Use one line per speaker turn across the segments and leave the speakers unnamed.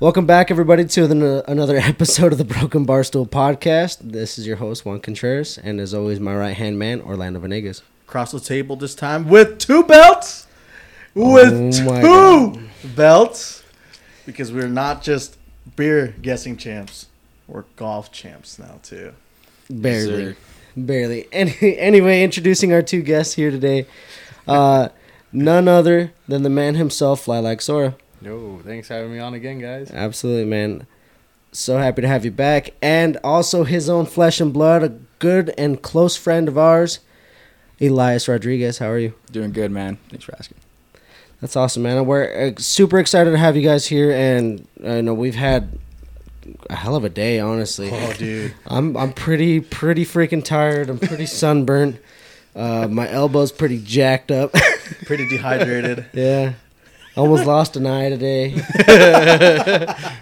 Welcome back, everybody, to the, another episode of the Broken Barstool Podcast. This is your host, Juan Contreras, and as always, my right hand man, Orlando Venegas.
Across the table this time with two belts. With
Oh my
two belts. Because we're not just beer guessing champs, we're golf champs now, too.
Barely. Barely. Any, anyway, introducing our two guests here today. Uh, none other than the man himself, Fly Like Sora.
No, thanks for having me on again, guys.
Absolutely, man. So happy to have you back. And also his own flesh and blood, a good and close friend of ours, Elias Rodriguez. How are you?
Doing good, man. Thanks for asking.
That's awesome, man. We're uh, super excited to have you guys here, and I know we've had a hell of a day, honestly.
Oh, dude.
I'm I'm pretty pretty freaking tired. I'm pretty sunburnt. Uh, my elbow's pretty jacked up.
Pretty dehydrated.
yeah, almost lost an eye today.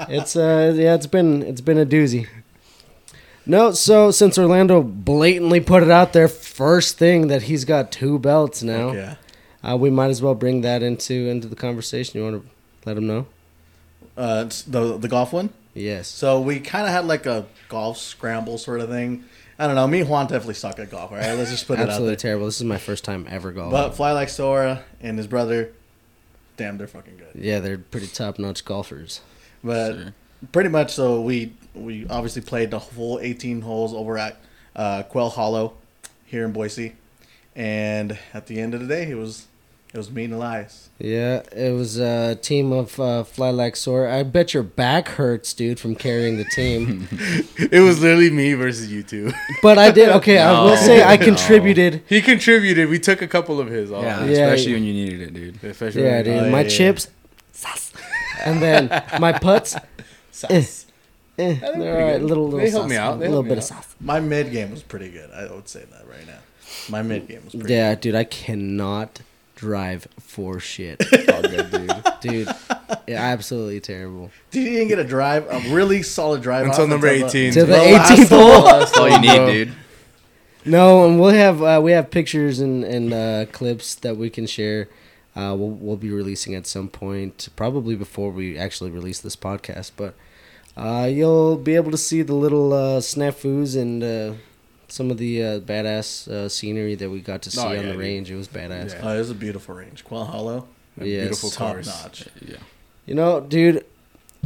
it's uh yeah, it's been it's been a doozy. No, so since Orlando blatantly put it out there first thing that he's got two belts now
Yeah.
uh, we might as well bring that into into the conversation. You want to let them know?
Uh, it's the, the golf one?
Yes.
So we kind of had like a golf scramble sort of thing. I don't know. Me and Juan definitely suck at golf, all right? Let's just put it out
Absolutely
there.
terrible. This is my first time ever golfing.
But Fly Like Sora and his brother, damn, they're fucking good.
yeah, they're pretty top notch golfers.
But
Sure.
pretty much, so we we obviously played the whole 18 holes over at uh, Quell Hollow here in Boise, and at the end of the day, it was it was me and Elias.
Yeah, it was a team of uh, fly like sore. I bet your back hurts, dude, from carrying the team.
It was literally me versus you two.
but I did. Okay, I will
No,
say I
no.
contributed.
he contributed. We took a couple of his. All
Yeah,
Oh, yeah.
Yeah,
especially
you-
when you needed it, dude.
Especially
Yeah, dude,
Oh, yeah,
my
yeah,
chips, sus. and then my putts. eh, eh,
they're
they're
pretty
all right,
good.
little, little
They helped
sus,
me out. They
a little
helped me
bit of
out.
sauce.
My mid game was pretty good. I would say that right now. My mid game was pretty.
Yeah, dude, I cannot drive for shit.
All good, dude.
dude. Yeah, absolutely terrible.
Dude, you didn't get a drive, a really solid drive
Until
off
number
the-
18.
To the
Well, I
18th hole.
That's all you need, dude.
No, and we'll have uh, we have pictures and and uh, clips that we can share. Uh, we'll we'll be releasing at some point, probably before we actually release this podcast. But uh, you'll be able to see the little uh, snafus and uh, some of the uh, badass uh, scenery that we got to see
Oh,
on
yeah,
the
dude.
range. It was badass.
Yeah.
Oh, it was a beautiful range. Quell Hollow,
Yes.
Beautiful
top
cars.
notch.
Yeah.
You know, dude,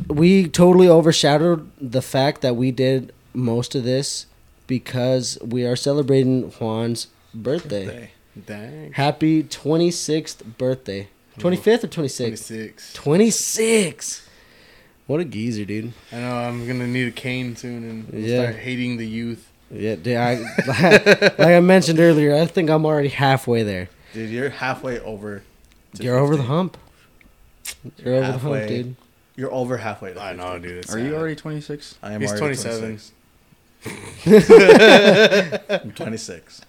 we totally overshadowed the fact that we did most of this because we are celebrating Juan's birthday.
Day.
Dang.
Happy 26th birthday. 25th or 26th?
26.
26. What a geezer, dude.
I know I'm gonna need a cane soon and we'll
Yeah.
start hating the youth.
Yeah, dude, I, like I mentioned earlier, I think I'm already halfway there.
Dude, you're halfway over. to
You're over the
50.
hump. You're over the hump,
Halfway.
dude.
You're over halfway. To 50.
dude. It's
Are you
sad.
already 26?
I am
He's
already
27.
26. I'm 26.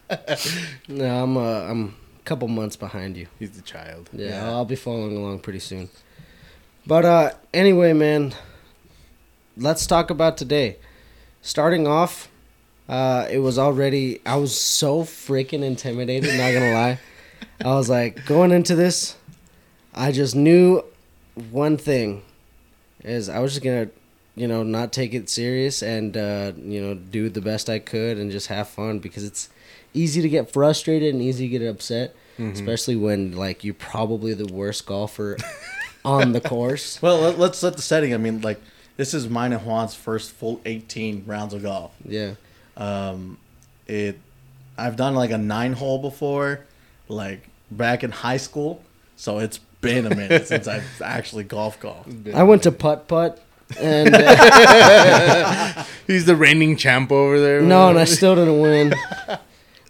No, I'm uh, I'm a couple months behind you.
He's the child.
Yeah,
Yeah.
I'll be following along pretty soon. But uh anyway, man, let's talk about today. Starting off, uh it was already I was so freaking intimidated, not going to lie. I was like going into this, I just knew one thing is I was just going to you know, not take it serious and uh, you know, do the best I could and just have fun because it's easy to get frustrated and easy to get upset especially when like you're probably the worst golfer on the course.
Well, let, let's let the setting. I mean, like this is mine and Juan's first full 18 rounds of golf.
Yeah,
Um, it, I've done like a nine hole before, like back in high school. So it's been a minute since I've actually golf golf.
I went to putt putt, and uh,
He's the reigning champ over there.
no, and I still didn't win.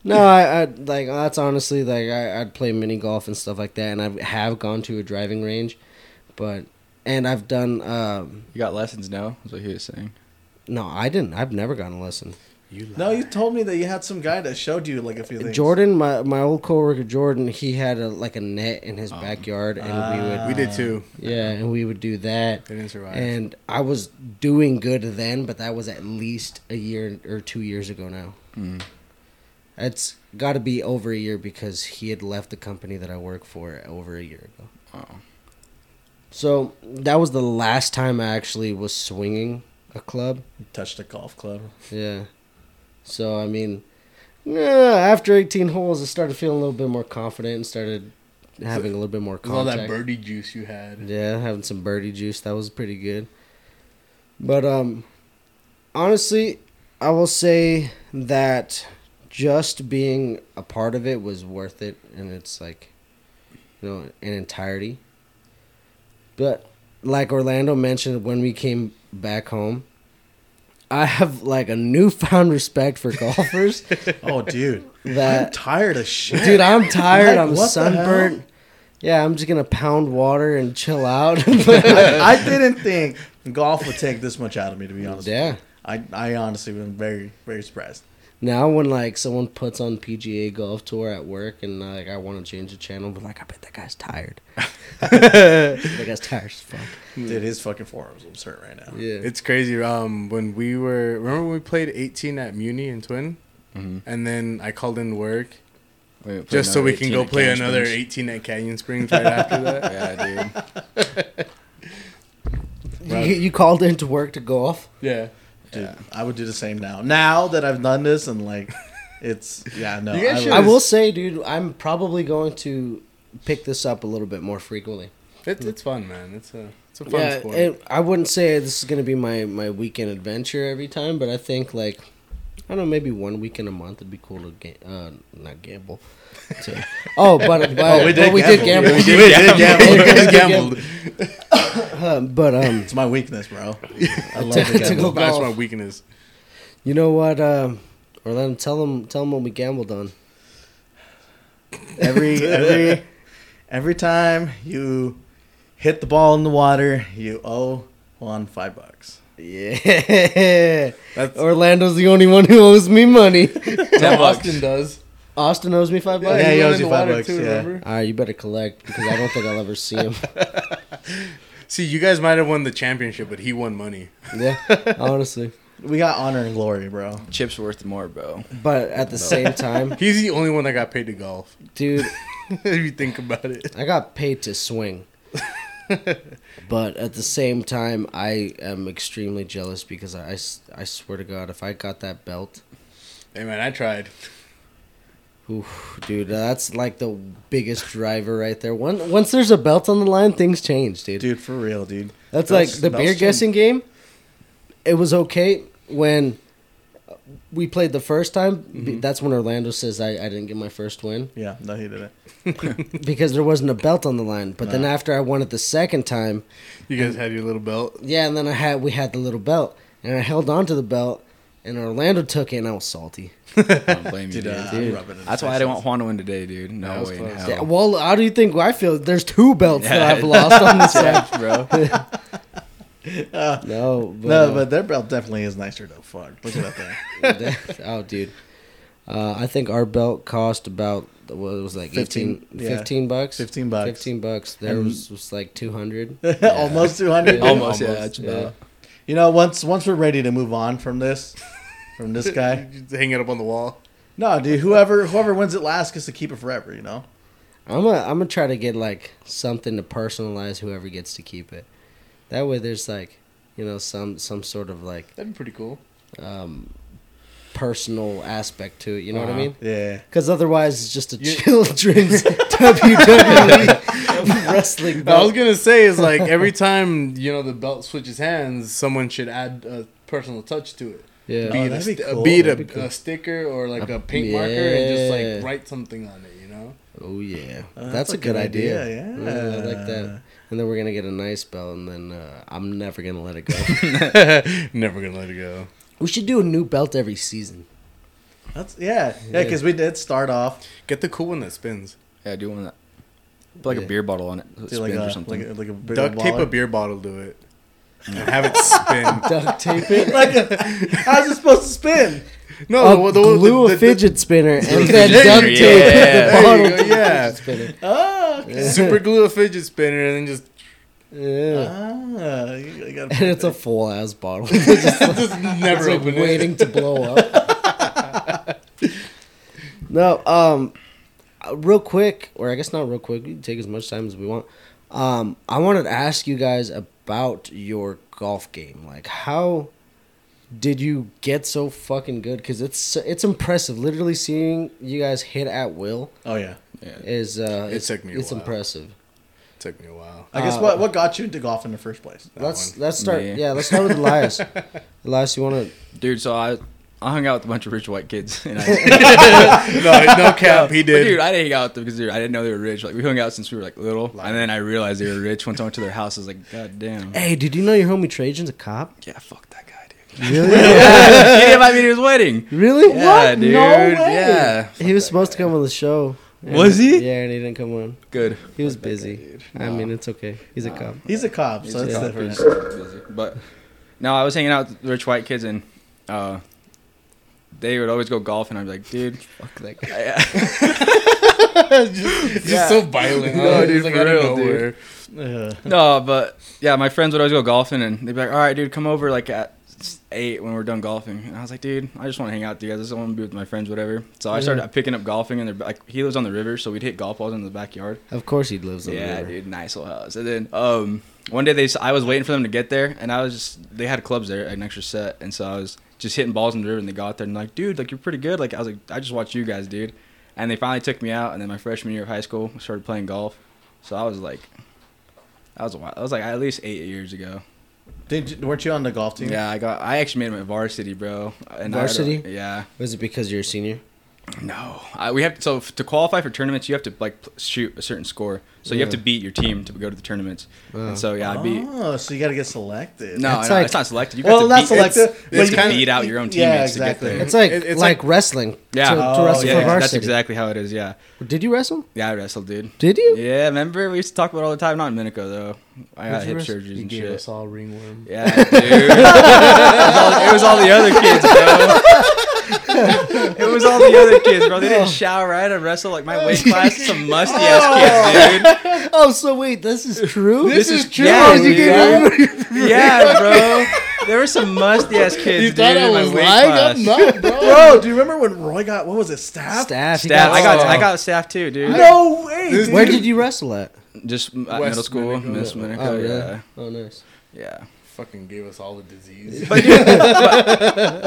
No, I, I like that's honestly like I, I'd play mini golf and stuff like that, and I have gone to a driving range, but and I've done um,
You got lessons now? That's what he was saying.
no, I didn't. I've never gotten a lesson.
You
No, you told me that you had some guy that showed you like a few things.
Jordan, my my old coworker Jordan, he had a like a net in his backyard, and
we did too.
Oh. Ah. we would yeah, and we would do that.
They didn't survive.
And I was doing good then, but that was at least a year or two years ago now. It's got to be over a year because he had left the company that I work for over a year ago.
Oh.
So that was the last time I actually was swinging a club.
You touched a golf club.
Yeah. So I mean, yeah, after 18 holes, I started feeling a little bit more confident and started having a little bit more
With all
contact.
that birdie juice you had.
Yeah, having some birdie juice. That was pretty good. But um honestly, I will say that just being a part of it was worth it and it's like you know, in entirety. But like Orlando mentioned when we came back home, I have like a newfound respect for golfers
Oh, dude, I'm
that
tired of shit.
dude, I'm tired,
Like,
I'm
what the hell?
sunburnt. Yeah, I'm just gonna pound water and chill out.
I didn't think golf would take this much out of me, to be honest. with you.
Yeah.
I, I honestly been very, very surprised.
Now when like someone puts on PGA golf tour at work and like I want to change the channel, but like I bet that guy's tired. that guy's tired as fuck.
Hmm.
Dude, his fucking forearms looks hurt right now.
Yeah.
It's crazy. Um, when we were remember when we played 18 at Muni and Twin,
Mhm.
and then I called in work
Wait, play
just so
another
we can
18
go
at
play
Canyon
another
Springs.
18 at Canyon Springs right after that.
Yeah, dude.
You, you called in to work to golf.
Yeah.
Dude, I would do the same now. Now that I've done this and like, it's yeah no.
You guys
I
should-
would-
I will say, dude, I'm probably going to pick this up a little bit more frequently.
It's it's fun, man. It's a it's a fun
yeah,
sport.
it- I wouldn't say this is going to be my my weekend adventure every time, but I think like I don't know, maybe one weekend a month would be cool to ga- uh, not gamble. To- oh, but, but,
Oh, we
but
did
we did
gamble.
gamble.
Yeah,
we did
did
gamble.
gamble.
You
We
guys
did
gambled.
Uh, but um,
It's my weakness, bro. I love
Tactical
to
Gamble.
gamble.
That's my weakness.
You know what, um, Orlando? Tell them, tell them what we gambled on.
Every every every time you hit the ball in the water, you owe Juan five bucks.
Yeah,
That's
Orlando's the only one who owes me money.
no,
bucks.
Austin does.
Austin owes me five bucks.
Yeah, he
went
owes
in
you
the
five
water
bucks, yeah.
All right, you better collect because I don't think I'll ever see him.
See, you guys might have won the championship, but he won money.
Yeah, honestly.
We got honor and glory, bro.
Chips worth more, bro.
But at the same time,
He's the only one that got paid to golf.
dude,
if you think about it,
I got paid to swing. but at the same time, I am extremely jealous because I, I s- I swear to God, if I got that belt,
hey man, I tried.
Oof, dude, that's like the biggest driver right there. Once once there's a belt on the line, things change, dude.
Dude, for real, dude.
that's like
belts-
the
belts
beer
change.
guessing game. It was okay when we played the first time. B That's when Orlando says I, I didn't get my first win
Yeah, no, he did it.
because there wasn't a belt on the line. But then
Nah.
after I won it the second time,
You guys had your little belt.
yeah, and then I had we had the little belt and I held on to the belt and Orlando took it and I was salty.
I don't blame you,
Dude,
dude.
uh,
dude.
I'm rubbing it in
That's
his
why I
face.
didn't want Juan to win today, dude.
That
No
was
way in
close.
hell.
Yeah, well, how do you think I feel? There's two belts that I've lost on this app.
bro.
No, but,
No,
uh,
but their belt definitely is nicer though. Fuck, look at that thing.
oh, dude. Uh, I think our belt cost about what it was like 15,
15,
18,
yeah.
15 bucks.
15 bucks.
15 bucks. There was, was like 200.
Almost 200.
Almost, yeah. That's
yeah.
about-
You know, once once we're ready to move on from this, from this guy.
You just hang it up on the wall.
No, dude. Whoever whoever wins it last gets to keep it forever. You know.
I'm going I'm to try to get like something to personalize whoever gets to keep it. That way there's like, you know, some some sort of like
That'd be pretty cool.
um, personal aspect to it. You know what I
Uh-huh.
mean?
Yeah.
Because otherwise it's just a
You-
children's WWE E wrestling
I was
belt.
gonna say is like every time you know the belt switches hands, someone should add a personal touch to it.
Yeah.
Be it, a,
that'd be
sti-
cool.
be it a,
That'd be cool.
a sticker or like
A-
a paint marker, and just
yeah.
like write something on it. You know,
Oh yeah,
Uh,
that's, a, good, idea.
idea,
Yeah, I
yeah.
like that. And then we're gonna get a nice belt, and then uh, I'm never gonna let it go.
never gonna let it go.
we should do a new belt every season.
That's yeah. Yeah, because we did start off
Get the cool one that spins.
Yeah, I do want that. Put like
Yeah.
a beer bottle on it. So
dude,
it spins
uh, like
or
a,
something.
like a like a big
Duct tape a
baller.
beer bottle to it, and have it spin.
Duct tape it.
Like a, how's it supposed to spin?
Oh,
no, the, the, the,
glue
the-
a fidget spinner and
Glue
then
fidget
duct
spinner,
tape
yeah.
the
There you
bottle
go,
to the
yeah.
fidget spinner.
Oh, okay.
the super glue a fidget spinner, and then just
Yeah.
ah, you, you
And
gotta
it's a full ass bottle. It's
just never
like
open it.
waiting to blow up. no, um, uh, real quick, or I guess not real quick. We can take as much time as we want. Um, I wanted to ask you guys about your golf game. Like, how did you get so fucking good? Because it's it's impressive. Literally seeing you guys hit at will
Oh yeah.
Yeah.
is uh,
It took me a
It's
while.
impressive.
Took me a while.
I guess
Uh,
what what got you into golf in the first place?
let's
one.
let's start.
Me.
Yeah, let's start with Elias. Elias, you want to?
Dude, so I I hung out with a bunch of rich white kids. And I,
no, no cap. He
But
did.
dude, I didn't hang out with them because dude, I didn't know they were rich. Like we hung out since we were like little, and then I realized they were rich once I went to their house. I was like, God damn.
Eh.
Hey, did you know your homie Trajan's a cop?
Yeah, fuck that guy, dude.
Really?
he didn't invite me to his wedding.
really?
Yeah,
what?
dude.
No way.
Yeah.
He was supposed to come on the show. And-
Was he?
Yeah, and he didn't come on.
Good.
He was busy. I mean, it's okay. He's a cop.
He's a cop, so
It's
that's
tough,
different.
it's busy. But no, I was hanging out with rich white kids and uh, they would always go golf, and I'd be like, dude, fuck that guy. Yeah.
It's just so violent.
No,
huh?
dude,
It's like
for
out of
real, dude.
nowhere.
Ugh.
no, but yeah, my friends would always go golfing, and they'd be like, all right, dude, come over like at eight when we're done golfing. And I was like, dude, I just want to hang out with you guys. I just want to be with my friends, whatever. So I started picking up golfing, and they're like, he lives on the river, so we'd hit golf balls in the backyard.
Of course, he lives on the
Yeah,
river.
dude, nice little house. And then um, one day they, s- I was waiting for them to get there, and I was just, they had clubs there, an extra set, and so I was just hitting balls in the river, and they got there, and like, dude, like you're pretty good. Like I was like, I just watched you guys, dude. And they finally took me out, and then my freshman year of high school, I started playing golf. So I was like, that was a while. That was like at least eight years ago.
Did you, weren't you on the golf team?
Yeah, I got, I actually made it at varsity, bro. And I-
Varsity?
yeah.
Was it because you're a senior?
No, I, we have so f- to qualify for tournaments. You have to like pl- shoot a certain score, so you have
Yeah.
to beat your team to go to the tournaments.
Oh.
And so yeah, I beat.
Oh, so you got to get selected.
No,
It's
no,
like-
it's not selected. You
Well,
have to
not
beat,
selected,
It's,
but
you have
you
to
kinda-
beat out your own
yeah,
teammates
exactly.
to get
It's
there.
like
It- it's
like,
like-
wrestling.
Yeah,
To, to
Oh,
wrestle
yeah,
for
yeah,
that's
varsity.
exactly how it is. Yeah,
Did you wrestle?
yeah, I wrestled, dude.
Did you?
Yeah, remember we used to talk about it all the time. Not in Minico though. I got
You
hip
gave
surgeries and
us
shit.
all ringworm.
Yeah, dude. it, was all, it was all the other kids, bro. it was all the other kids, bro. They didn't shower. I had to wrestle like my weight class. Some musty ass kids, dude.
Oh, so wait, this is true.
This is true.
yeah,
You
dude.
gave me-
Yeah, bro. There were some musty ass kids.
You thought
dude,
I
in my
was
weight
lying?
class.
I'm not, bro.
Bro, do you remember when Roy got what was it? Staff.
staff. you
Staff. I got.
staff.
I got staff too, dude.
No way.
This-
dude.
Where did you wrestle at?
Just at
West
middle school,
Minico.
Miss Minico.
Oh, really?
Yeah,
Oh, nice.
yeah.
Fucking gave us all the disease.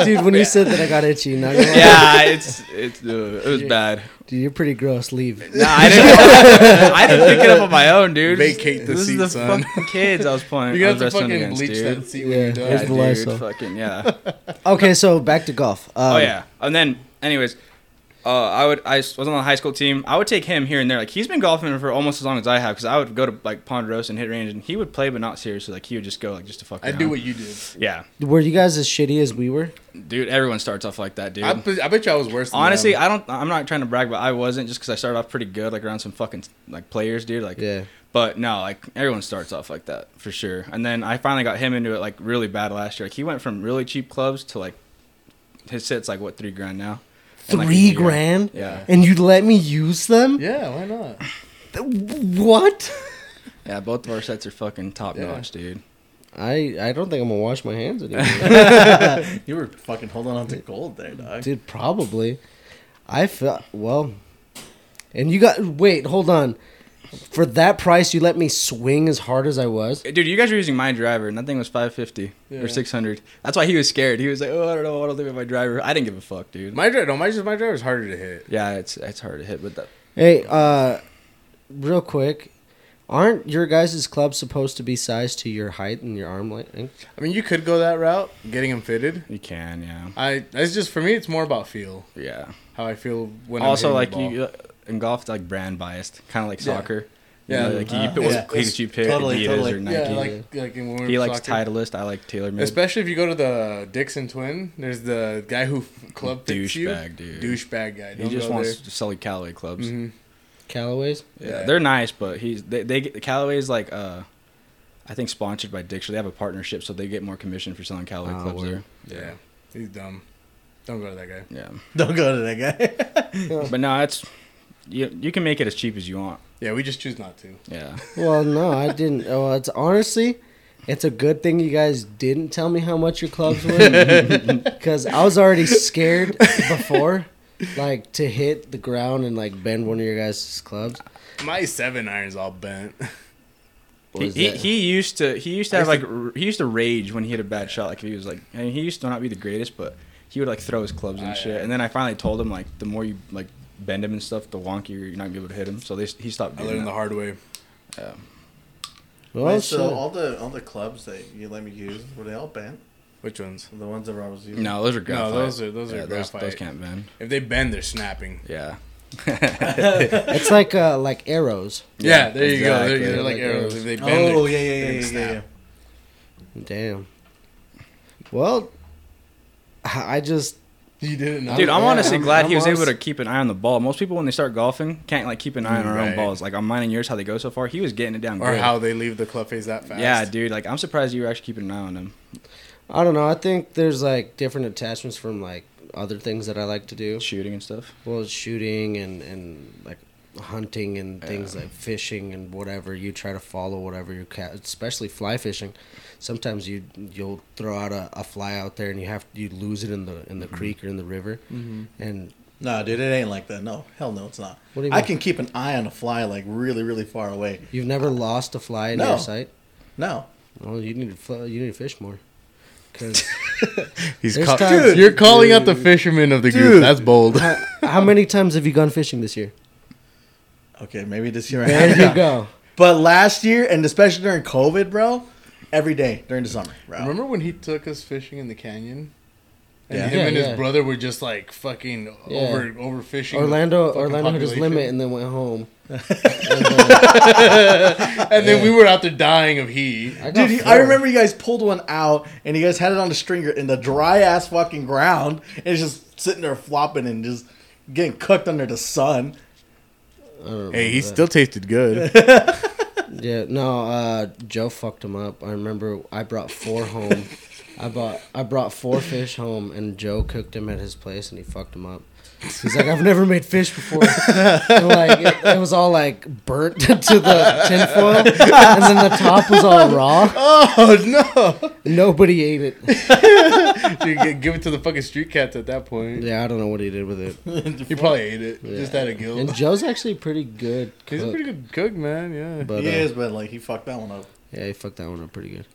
Dude, when you said that, I got itchy. Not gonna lie.
Yeah, it's it's uh, it was bad.
Dude, you're pretty gross. Leave.
Nah, I didn't. I didn't pick it up on my own, dude.
Vacate the
this
seat,
is the
son.
fucking kids I was playing.
You
I was
got to
wrestling
fucking
against,
bleach
dude.
that seat when you're
Yeah.
done.
Where's the
Yeah, dude,
Lysol?
fucking yeah.
Okay, so back to golf. Um,
Oh yeah, and then anyways, uh, I would I was on the high school team. I would take him here and there. Like he's been golfing for almost as long as I have because I would go to like Ponderosa and hit range, and he would play but not seriously. Like he would just go like just to fuck.
I
around.
do what you did.
Yeah,
Um, Were you guys as shitty as we were?
dude. Everyone starts off like that, dude.
I, bet- I bet you I was worse. Than
Honestly,
them.
I don't. I'm not trying to brag, but I wasn't just because I started off pretty good, like around some fucking like players, dude. Like,
Yeah.
But no, like everyone starts off like that for sure. And then I finally got him into it like really bad last year. Like he went from really cheap clubs to like his sit's like what three grand now. In, like, a
Three
year.
grand,
Yeah.
and you let me use them?
yeah, why not?
What?
Yeah, both of our sets are fucking top notch, dude.
I I don't think I'm gonna wash my hands anymore.
You were fucking holding on to gold there, dog.
Dude, probably. I felt well. And you got wait, hold on. For that price, you let me swing as hard as I was.
Eh, Dude, you guys were using my driver, and that thing was 550
Yeah.
or 600. That's why he was scared. He was like, "Oh, I don't know what I'll do with my driver." I didn't give a fuck, dude.
My driver, no, my my driver's harder to hit.
yeah, it's it's hard to hit, but that,
Hey, uh, real quick, aren't your guys' clubs supposed to be sized to your height and your arm length?
I mean, you could go that route, getting him fitted.
you can, yeah,
I it's just for me, it's more about feel
yeah.
how I feel when
also,
I'm
like
hitting the
you uh, in golf, it's like brand biased, kind of like
Yeah.
soccer.
Yeah.
you know, like you
Uh,
pick what
yeah.
cleats you pick,
Totally,
Adidas
totally.
or
ball.
Nike.
yeah, like like in when we
he
were
likes
soccer.
Titleist. I like Taylor Made.
Especially if you go to the Dixon Twin, there's the guy who f- club fits you.
Douchebag, dude.
Douchebag guy.
He
Don't
just
go
wants
there.
to sell you Callaway clubs.
Mhm.
Callaways?
Yeah,
Yeah.
they're nice, but he's they, they get Callaway's like uh, I think sponsored by Dixie. They have a partnership, so they get more commission for selling Callaway
Ah,
clubs
word.
there.
Yeah. he's dumb. Don't go to that guy.
Yeah,
Don't go to that guy.
but no, it's you. You can make it as cheap as you want.
Yeah, we just choose not to.
Yeah,
Well, no, I didn't. Well, it's honestly, it's a good thing you guys didn't tell me how much your clubs were, because I was already scared before. like to hit the ground and like bend one of your guys' clubs?
My seven iron's all bent.
Or
He,
is
he,
that-
he used to he used to
I
have like
used
r he used to rage when he hit a bad shot like if he was like I mean, he used to not be the greatest but he would like throw his clubs and
Ah,
shit
yeah.
and then I finally told him like the more you like bend him and stuff the wonkier you're not gonna be able to hit him so they he stopped
I
doing
learned
that.
the hard way.
well,
Wait, so
shit.
all the all the clubs that you let me use were they all bent?
Which ones?
The ones that Rob was using.
no those are
No,
graphite
those are those
yeah,
are
those,
graphite.
those can't bend
If they bend, they're snapping.
yeah
it's like uh, like arrows.
Yeah, there you go. They're,
exactly.
they're like
Like
arrows.
arrows.
If they bend,
Oh
oh,
yeah, yeah, yeah, yeah,
Big
yeah, yeah.
snap.
Damn. Well, I I just
you didn't know.
Dude, I'm
Yeah,
honestly
I'm-
glad
I'm
he was able
honest-
to keep an eye on the ball. Most people when they start golfing can't like keep an eye on their
Right.
own balls. Like on mine and yours, how they go so far. He was getting it down.
or
good.
how they leave the club face that fast.
Yeah, dude. Like I'm surprised you were actually keeping an eye on him.
I don't know. I think there's like different attachments from like other things that I like to do.
Shooting and stuff.
Well, shooting and and like hunting and things like fishing and whatever. You try to follow whatever you ca especially fly fishing. Sometimes you you'll throw out a, a fly out there and you have you lose it in the
Mm-hmm.
in the creek or in the river. And
No, dude, it ain't like that. No, hell no, it's not.
What do you
I
mean?
can keep an eye on a fly like really, really far away.
you've never lost a fly in
No.
your sight.
No,
Well, you need to fl- you need to fish more. 'Cause
He's
There's
ca-
times-
Dude, you're calling out the fishermen of the group.
Dude.
That's bold.
how, how many times have you gone fishing this year?
okay, maybe this year. I
There you
have
go.
But last year, and especially during COVID, bro, every day during the summer, bro.
Remember when he took us fishing in the canyon? And
Yeah.
him
Yeah,
and his
yeah.
brother were just like fucking
Yeah.
over overfishing. the
Orlando
fucking
Orlando hit his
population.
limit and then went home.
and then we were out there dying of heat.
I got
Dude, he-
four.
I remember you guys pulled one out and you guys had it on the stringer in the dry ass fucking ground and it's just sitting there flopping and just getting cooked under the sun.
I don't remember
Hey, he
that.
still tasted good.
Yeah, no. Uh, Joe fucked him up. I remember I brought four home. I bought I brought four fish home, and Joe cooked him at his place, and he fucked him up. He's like, I've never made fish before. And like it, it was all like burnt to the tinfoil, and then the top was all raw.
oh no!
Nobody ate it.
Dude, g- give it to the fucking street cats at that point.
Yeah, I don't know what he did with it.
He probably ate it.
Yeah.
Just had a
And
guild.
Joe's actually pretty good.
He's a
cook,
pretty good cook, man. Yeah.
but,
he
uh,
is, but like he fucked that one up.
Yeah, he fucked that one up pretty good.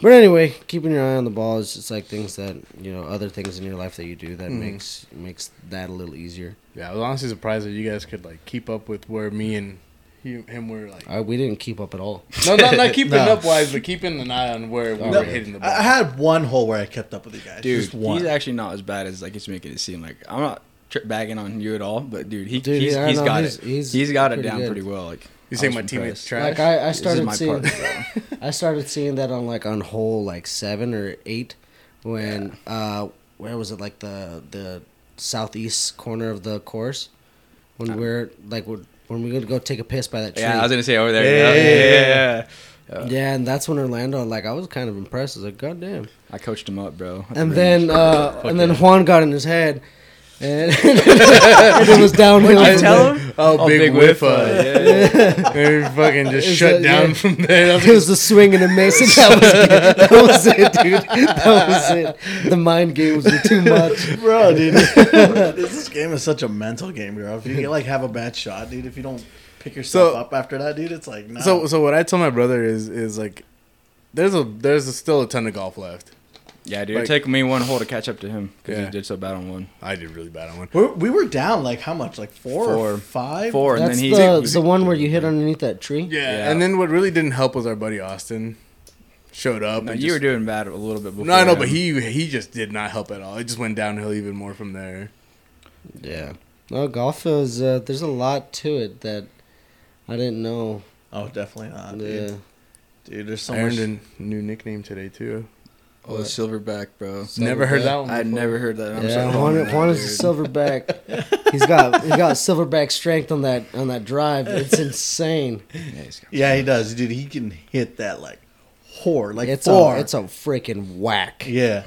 But anyway, keeping your eye on the ball is just like things that you know, other things in your life that you do that
Mm-hmm.
Mhm.
makes makes that a little easier.
yeah, I was honestly surprised that you guys could like keep up with where me and he, him were like.
I, we didn't keep up at all.
No, not, not keeping
No.
up wise, but keeping an eye on where we
No.
were hitting the ball.
I I had one hole where I kept up with you guys.
Dude,
just one.
he's actually not as bad as like it's making it seem. Like I'm not tri- bagging on you at all, but dude, he
Dude,
he's,
yeah, I
he's
know,
got
he's-
it.
he's
he's got it
pretty
down
good.
pretty well. Like
you
I
say
was
my teammates
impressed.
trash?
Like I, I
This is
started
my
seeing,
part, bro.
I started seeing that on like on hole like seven or eight, when uh, where was it like the the southeast corner of the course, when we're like we're, when we would go take a piss by that tree.
Uh-huh. yeah, I was gonna say over there.
Yeah,
Yeah,
yeah,
yeah,
yeah,
yeah,
yeah, and that's when Orlando like I was kind of impressed. I was like, God damn.
I coached him up, bro. at the
and
range.
then uh,
Fuck
and then
yeah.
Juan got in his head, and, and it was downhill. from
What'd you
there.
tell him?
Oh, big, whiff!
uh,
uh,
yeah, yeah.
they fucking just
Is that-
shut down
uh, yeah.
from there. I was
It was the swing and the miss, and that was it. that was it, dude. That was it. The mind games were too much.
Bro, dude, this, this game is such a mental game, bro. If you like have a bad shot, dude, if you don't pick yourself
So-
up after that, dude, it's like no.
So so what I tell my brother is is like there's a there's a, still a ton of golf left.
Yeah, dude,
Like-
it took me one hole to catch up to him because
Yeah.
he did so bad on one.
I did really bad on one.
we we were down like how much? Like four, or
Four.
five?
Four, and
That's
then he.
the, the one where you hit underneath that tree.
Yeah.
Yeah.
And then what really didn't help was our buddy Austin showed up.
No,
and
you were
just-
doing bad a little bit before.
No, I know, but
him.
he he just did not help at all. It just went downhill even more from there.
yeah. No, golf is uh, there's a lot to it that I didn't know.
Oh, definitely not, dude.
Yeah.
Dude, there's so
I earned
much.
a new nickname today too.
Oh, the silverback, bro.
Never heard that one.
I had
before.
never heard that. I'm
Yeah,
so
Juan,
wrong,
Juan
dude.
is a silverback. He's got he got silverback strength on that on that drive. It's insane.
Yeah, he's got-
Yeah, he does, dude. He can hit that like whore, like
it's
four.
a it's a freaking whack.
yeah.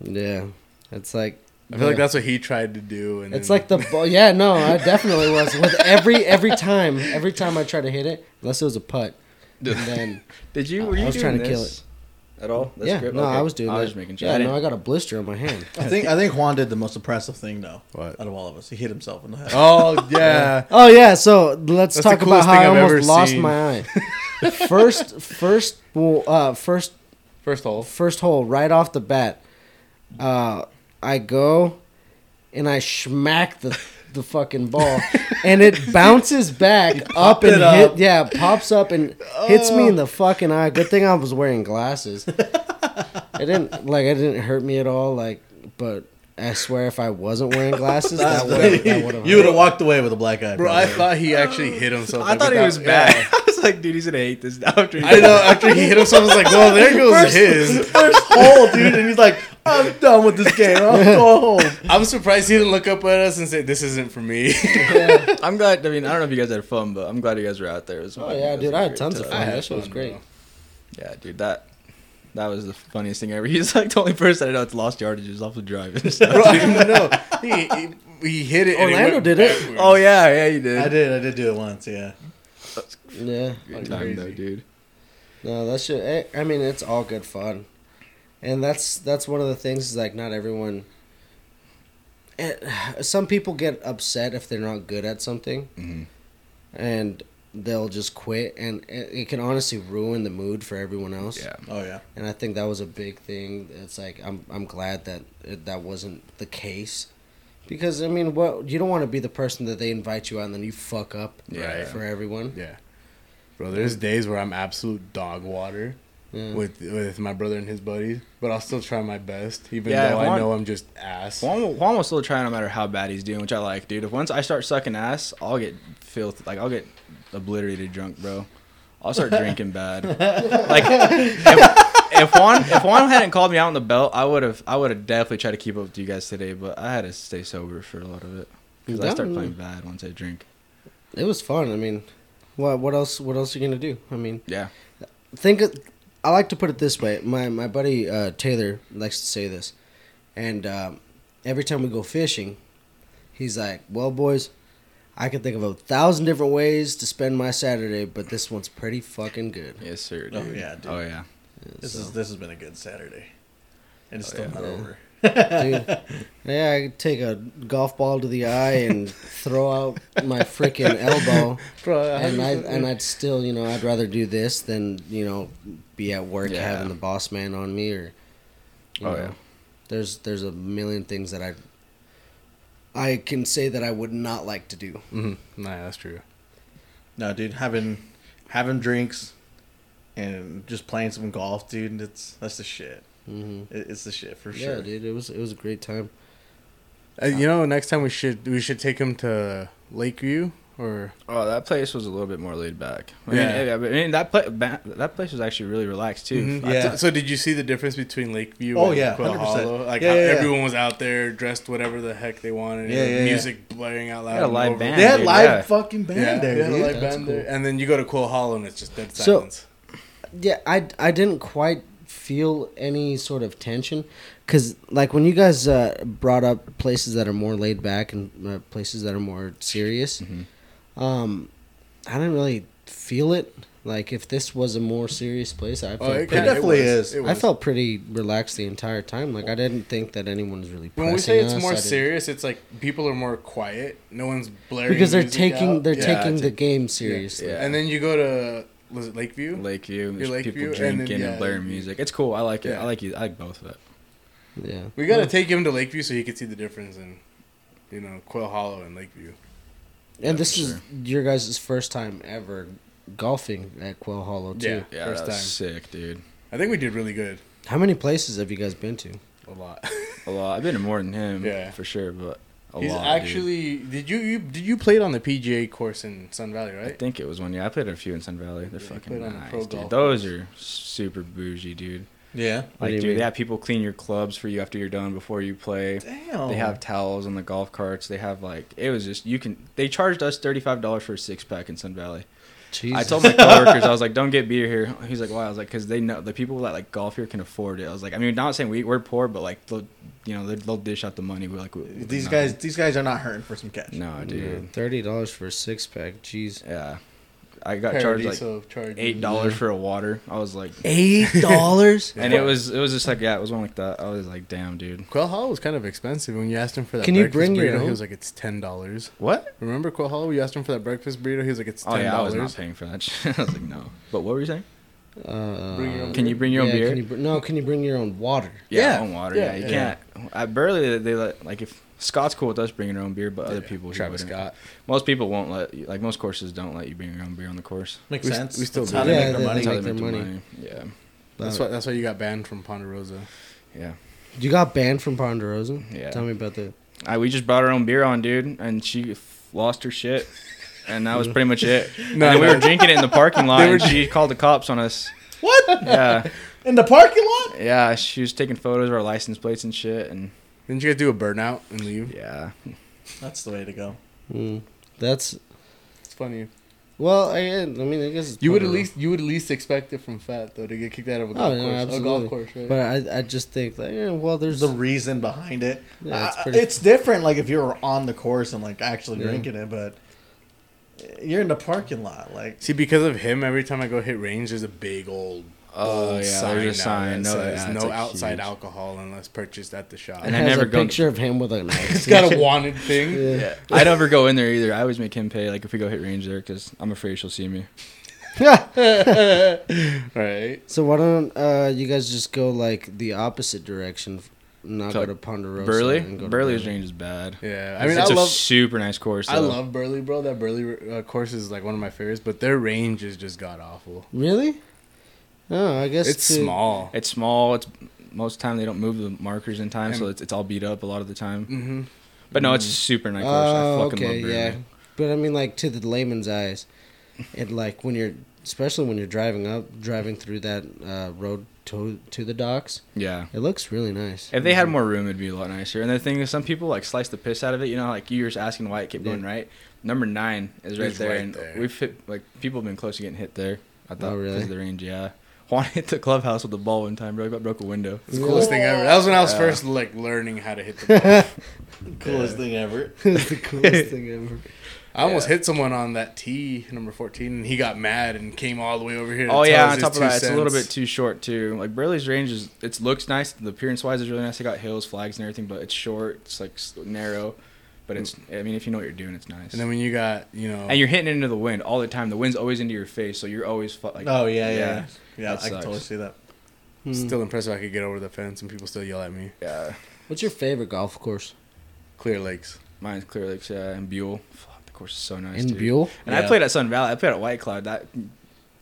Yeah, it's like
I feel like that's what he tried to do, and
it's
then-
like the ball. Yeah, no, I definitely was with every every time every time I try to hit it, unless it was a putt. And then
Did you?
I-
Were you
I was
doing
trying to
this?
kill
at all? That's
yeah,
grip?
no,
Okay.
I was doing
I
that.
was just making sure.
Yeah,
I
no,
didn't-
I got a blister on my hand.
I think I think Juan did the most oppressive thing though.
What?
Out of all of us, he hit himself in the head.
Oh yeah.
Oh yeah, so let's
That's the
talk about
coolest
how
thing
I
I've ever
almost lost
seen.
my eye. first, first, well, uh, first,
First hole.
first hole right off the bat. Uh, I go, and I smack the the fucking ball, and it bounces back up and
it up. Oh.
hit. Yeah, pops up and hits me in the fucking eye. Good thing I was wearing glasses. it didn't like it didn't hurt me at all. Like, but. I swear, if I wasn't wearing glasses, that would that would have.
you would have walked away with a black eye.
Bro, I
probably.
thought he actually hit himself.
I
like,
thought he
without-
was bad.
yeah.
I was like, dude, he's gonna hate this after.
I know. After he hit himself, I was like, "Well, there goes his."
first hole, dude, and he's like, "I'm done with this game. I'm going home."
I'm surprised he didn't look up at us and say, "This isn't for me."
I'm glad. I mean, I don't know if you guys had fun, but I'm glad you guys were out there. It was
Oh
fucking- it
yeah,
was
dude,
a
I had
great
tons of
time.
fun.
had
That shit was
fun,
great.
bro.
Yeah, dude, that that was the funniest thing ever. He's like the only person I know that's lost yardages off of driving. and stuff.
Bro, I don't know. He, he, he hit it. and
Orlando
went
did it.
backwards.
oh yeah, yeah, you did.
I did. I did do it once. Yeah.
Yeah.
Good time though,
Crazy.
dude.
No, that shit. eh, I I mean, it's all good fun, and that's that's one of the things. Is like not everyone. It, some people get upset if they're not good at something,
Mhm.
and they'll just quit, and it, it can honestly ruin the mood for everyone else.
Yeah.
Oh yeah.
And I think that was a big thing. It's like I'm I'm glad that it, that wasn't the case, because I mean, what you don't want to be the person that they invite you out and then you fuck up
Yeah.
for everyone.
Yeah, bro. There's days where I'm absolute dog water
Yeah.
with with my brother and his buddies, but I'll still try my best, even
Yeah,
though I
Juan-
know I'm just ass.
Juan, will- Juan will still try no matter how bad he's doing, which I like, dude. If once I start sucking ass, I'll get filth, like I'll get obliterated drunk, bro. I'll start drinking bad. Like if, if Juan if Juan hadn't called me out on the belt, I would have I would have definitely tried to keep up with you guys today, but I had to stay sober for a lot of it because I start
Yeah.
playing bad once I drink.
It was fun. I mean, what what else? What else are you gonna do? I mean,
Yeah.
think. Of, I like to put it this way. My my buddy uh, Taylor likes to say this, and um, every time we go fishing, he's like, "Well, boys, I can think of a thousand different ways to spend my Saturday, but this one's pretty fucking good."
Yes, sir. Dude.
Oh, yeah, dude.
Oh yeah.
This is this has been a good Saturday, and it's
Oh,
still
yeah.
not
Yeah.
over.
Dude, yeah, I could take a golf ball to the eye and throw out my freaking elbow.
bro, I
and I and I'd still, you know, I'd rather do this than you know be at work
Yeah.
having the boss man on me or. you
Oh,
know,
yeah.
There's there's a million things that I. I can say that I would not like to do.
Mhm. Nah, that's true.
No, dude, having having drinks and just playing some golf, dude. It's that's the shit.
hmm
It, it's the shit for
Yeah,
sure.
dude, it was it was a great time.
Uh, you know, next time we should we should take him to Lakeview or
Oh, that place was a little bit more laid back. I
Yeah.
mean, yeah, but I mean that pla- ba- that place was actually really relaxed too.
Mhm.
I-
Yeah.
So, so did you see the difference between Lakeview?
Oh,
and
yeah,
Quail
100%.
Hollow? Like
Yeah,
how
yeah, yeah.
everyone was out there dressed whatever the heck they wanted.
Yeah,
Yeah,
yeah, yeah.
music blaring out loud.
had a
and
live
over-
band.
They had
Dude,
live
yeah.
fucking band
Yeah,
there,
they had a
dude.
live
That's
band
cool.
there. And then you go to Quill Hollow and it's just dead
So-
silence.
Yeah, I I didn't quite feel any sort of tension because like when you guys uh, brought up places that are more laid back and uh, places that are more serious,
Mhm.
um, I didn't really feel it. Like if this was a more serious place, I felt
Oh,
pretty,
kinda- definitely is.
I felt pretty relaxed the entire time. Like I didn't think that anyone was really.
when we
pressing
say it's
us, I
more
didn't-
serious, it's like people are more quiet. No one's blaring
because they're
music
taking
out.
they're
Yeah.
taking
it's
the
a-
game seriously.
yeah.
And then you go to was it Lakeview?
Lakeview, and
Your
there's
Lakeview,
people
and then,
drinking and,
yeah,
blaring
Lakeview.
music. It's cool. I like it.
Yeah.
I like you. I like both of it.
Yeah,
We gotta take him to Lakeview so he could see the difference in, you know, Quail Hollow and Lakeview.
and this
for
is
sure.
your guys' first time ever golfing at Quail Hollow too.
Yeah.
Yeah,
First
that was
time.
sick, dude.
I think we did really good.
How many places have you guys been to?
A lot.
A lot. I've been to more than him,
Yeah.
for sure. But a
He's
lot. dude.
actually did you, you did you played on the PGA course in Sun Valley,
I
right?
think it was one year. I played at a few in Sun Valley. They're
Yeah, you
fucking
played on a
nice,
pro
dude.
golf
Those are super bougie, dude.
Yeah.
What do
Like,
you
dude,
mean?
they have people clean your clubs for you after you're done before you play.
Damn.
Oh.
They have towels on the golf carts. They have like it was just you can. They charged us thirty five dollars for a six pack in Sun Valley.
Jesus.
I told my coworkers I was like, "Don't get beer here." He's like, "Why?" I was like, "Cause they know the people that like golf here can afford it." I was like, "I mean, not saying we we're poor, but like they'll you know they'll, they'll dish out the money." We're like, we- we-
These
no.
guys, these guys are not hurting for some cash.
no,
Yeah,
dude,
thirty dollars for a six pack. Jeez.
yeah, I got charged like
Paradiso charged
eight dollars for a water. I was like,
Eight dollars.
and it was it was just like yeah, it was one like that. I was like, damn, dude,
Quail Hollow was kind of expensive when you asked him for that.
Can you
breakfast
bring your
burrito,
own?
He was like, it's ten dollars.
what?
Remember Quail Hollow? You asked him for that breakfast burrito. He was like, it's
Oh
ten
yeah, I was
dollars.
not paying for that. shit. I was like, no. But what were you saying?
Uh,
Bring your own
Can you bring your own
yeah,
beer?
Can you, br- no, can you bring your own water?
Yeah,
Yeah.
own water.
Yeah,
Yeah, you
yeah.
can't. I barely they let like if Scott's cool with us bringing our own beer, but other people he
Travis
wouldn't.
Scott.
Most people won't let you, like most courses don't let you bring your own beer on the course.
Makes
We-
sense.
we still
That's
do
how
that.
they
Yeah, they-
make their money.
they-
how
make
they
their
make their
money.
money. Yeah,
That's why. That's why you got banned from Ponderosa.
yeah.
You got banned from Ponderosa.
Yeah.
Tell me about that.
I, we just brought our own beer on, dude, and she f- lost her shit, and that was pretty much it.
No,
and then we
no.
were drinking it in the parking lot,
They
and
were-
she called the cops on us.
What?
Yeah,
In the parking lot?
yeah. She was taking photos of our license plates and shit, and
Didn't you guys do a burnout and leave?
yeah,
That's the way to go.
Mm, that's
It's funny.
well. I, I mean, I guess it's
You would at
Ponderosa.
least you would at least expect it from Fat though to get kicked out of a golf
Oh, no,
course. A
absolutely.
golf course, right?
But I, I just think like, eh, well, there's
There's a reason behind it.
Yeah, it's
Uh,
pretty-
it's different, like if you're on the course and like actually
Yeah.
drinking it, but you're in the parking lot. Like
See, because of him, every time I go hit range, there's a big old
Oh,
old
yeah,
sign
there's a
now
sign.
that
No,
says
yeah, it's,
no
like,
outside
huge.
alcohol unless purchased at the shop.
it
And I
has
never
a
go-
picture of him with a knife.
It's got a wanted thing.
yeah.
I never go in there either. I always make him pay, like if we go hit range there, because I'm afraid she'll see me.
right.
So why don't uh, you guys just go like the opposite direction, not
To,
go
like,
to Ponderosa.
Burley,
and go to
Burley's range is bad.
Yeah. I mean, I
it's a
love
super nice course.
I
though.
love Burley, bro. That Burley uh, course is like one of my favorites, but their range is just god awful.
Really? Oh, I guess
It's
to-
small.
It's small. It's most of the time they don't move the markers in time, so
And-
it's, it's all beat up a lot of the time.
Mm-hmm.
But no, it's a super nice course.
Oh,
I fucking
okay,
love
yeah.
Burley.
But I mean, like to the layman's eyes, it like when you're, especially when you're driving up, driving through that uh, road to to the docks,
Yeah.
it looks really nice.
If they
Mm-hmm.
had more room, it'd be a lot nicer. And the thing is, some people like slice the piss out of it. You know, like you were just asking why it kept going right. Number nine is right
It's
there,
right
and
there. Oh,
we've hit like people have been close to getting hit there. I thought
really?
because of the range, yeah. Juan hit the clubhouse with the ball one time, bro. He about broke a window.
It's the coolest thing ever. That was when I was first like learning how to hit the ball.
coolest thing ever.
it's the coolest thing ever.
I almost
Yeah.
hit someone on that tee, number 14, and he got mad and came all the way over here. To
Oh
tell
yeah,
us
on
his
top of
two
that, it's a little
cents.
bit too short too. Like Burley's range is it looks nice, the appearance wise is really nice. They got hills, flags, and everything, but it's short. It's like s- narrow, but it's. I mean, if you know what you're doing, it's nice.
And then when you got, you know,
and you're hitting into the wind all the time. The wind's always into your face, so you're always fu- like.
oh yeah, yeah. Yeah, I
That
can
sucks.
totally see that.
Hmm.
still impressive I could get over the fence and people still yell at me.
Yeah.
What's your favorite golf course?
Clear Lakes.
Mine's Clear Lakes, yeah, and Buell. Fuck, the course is so nice.
In
dude.
Buell?
And I
Yeah.
played at Sun Valley. I played at White Cloud. That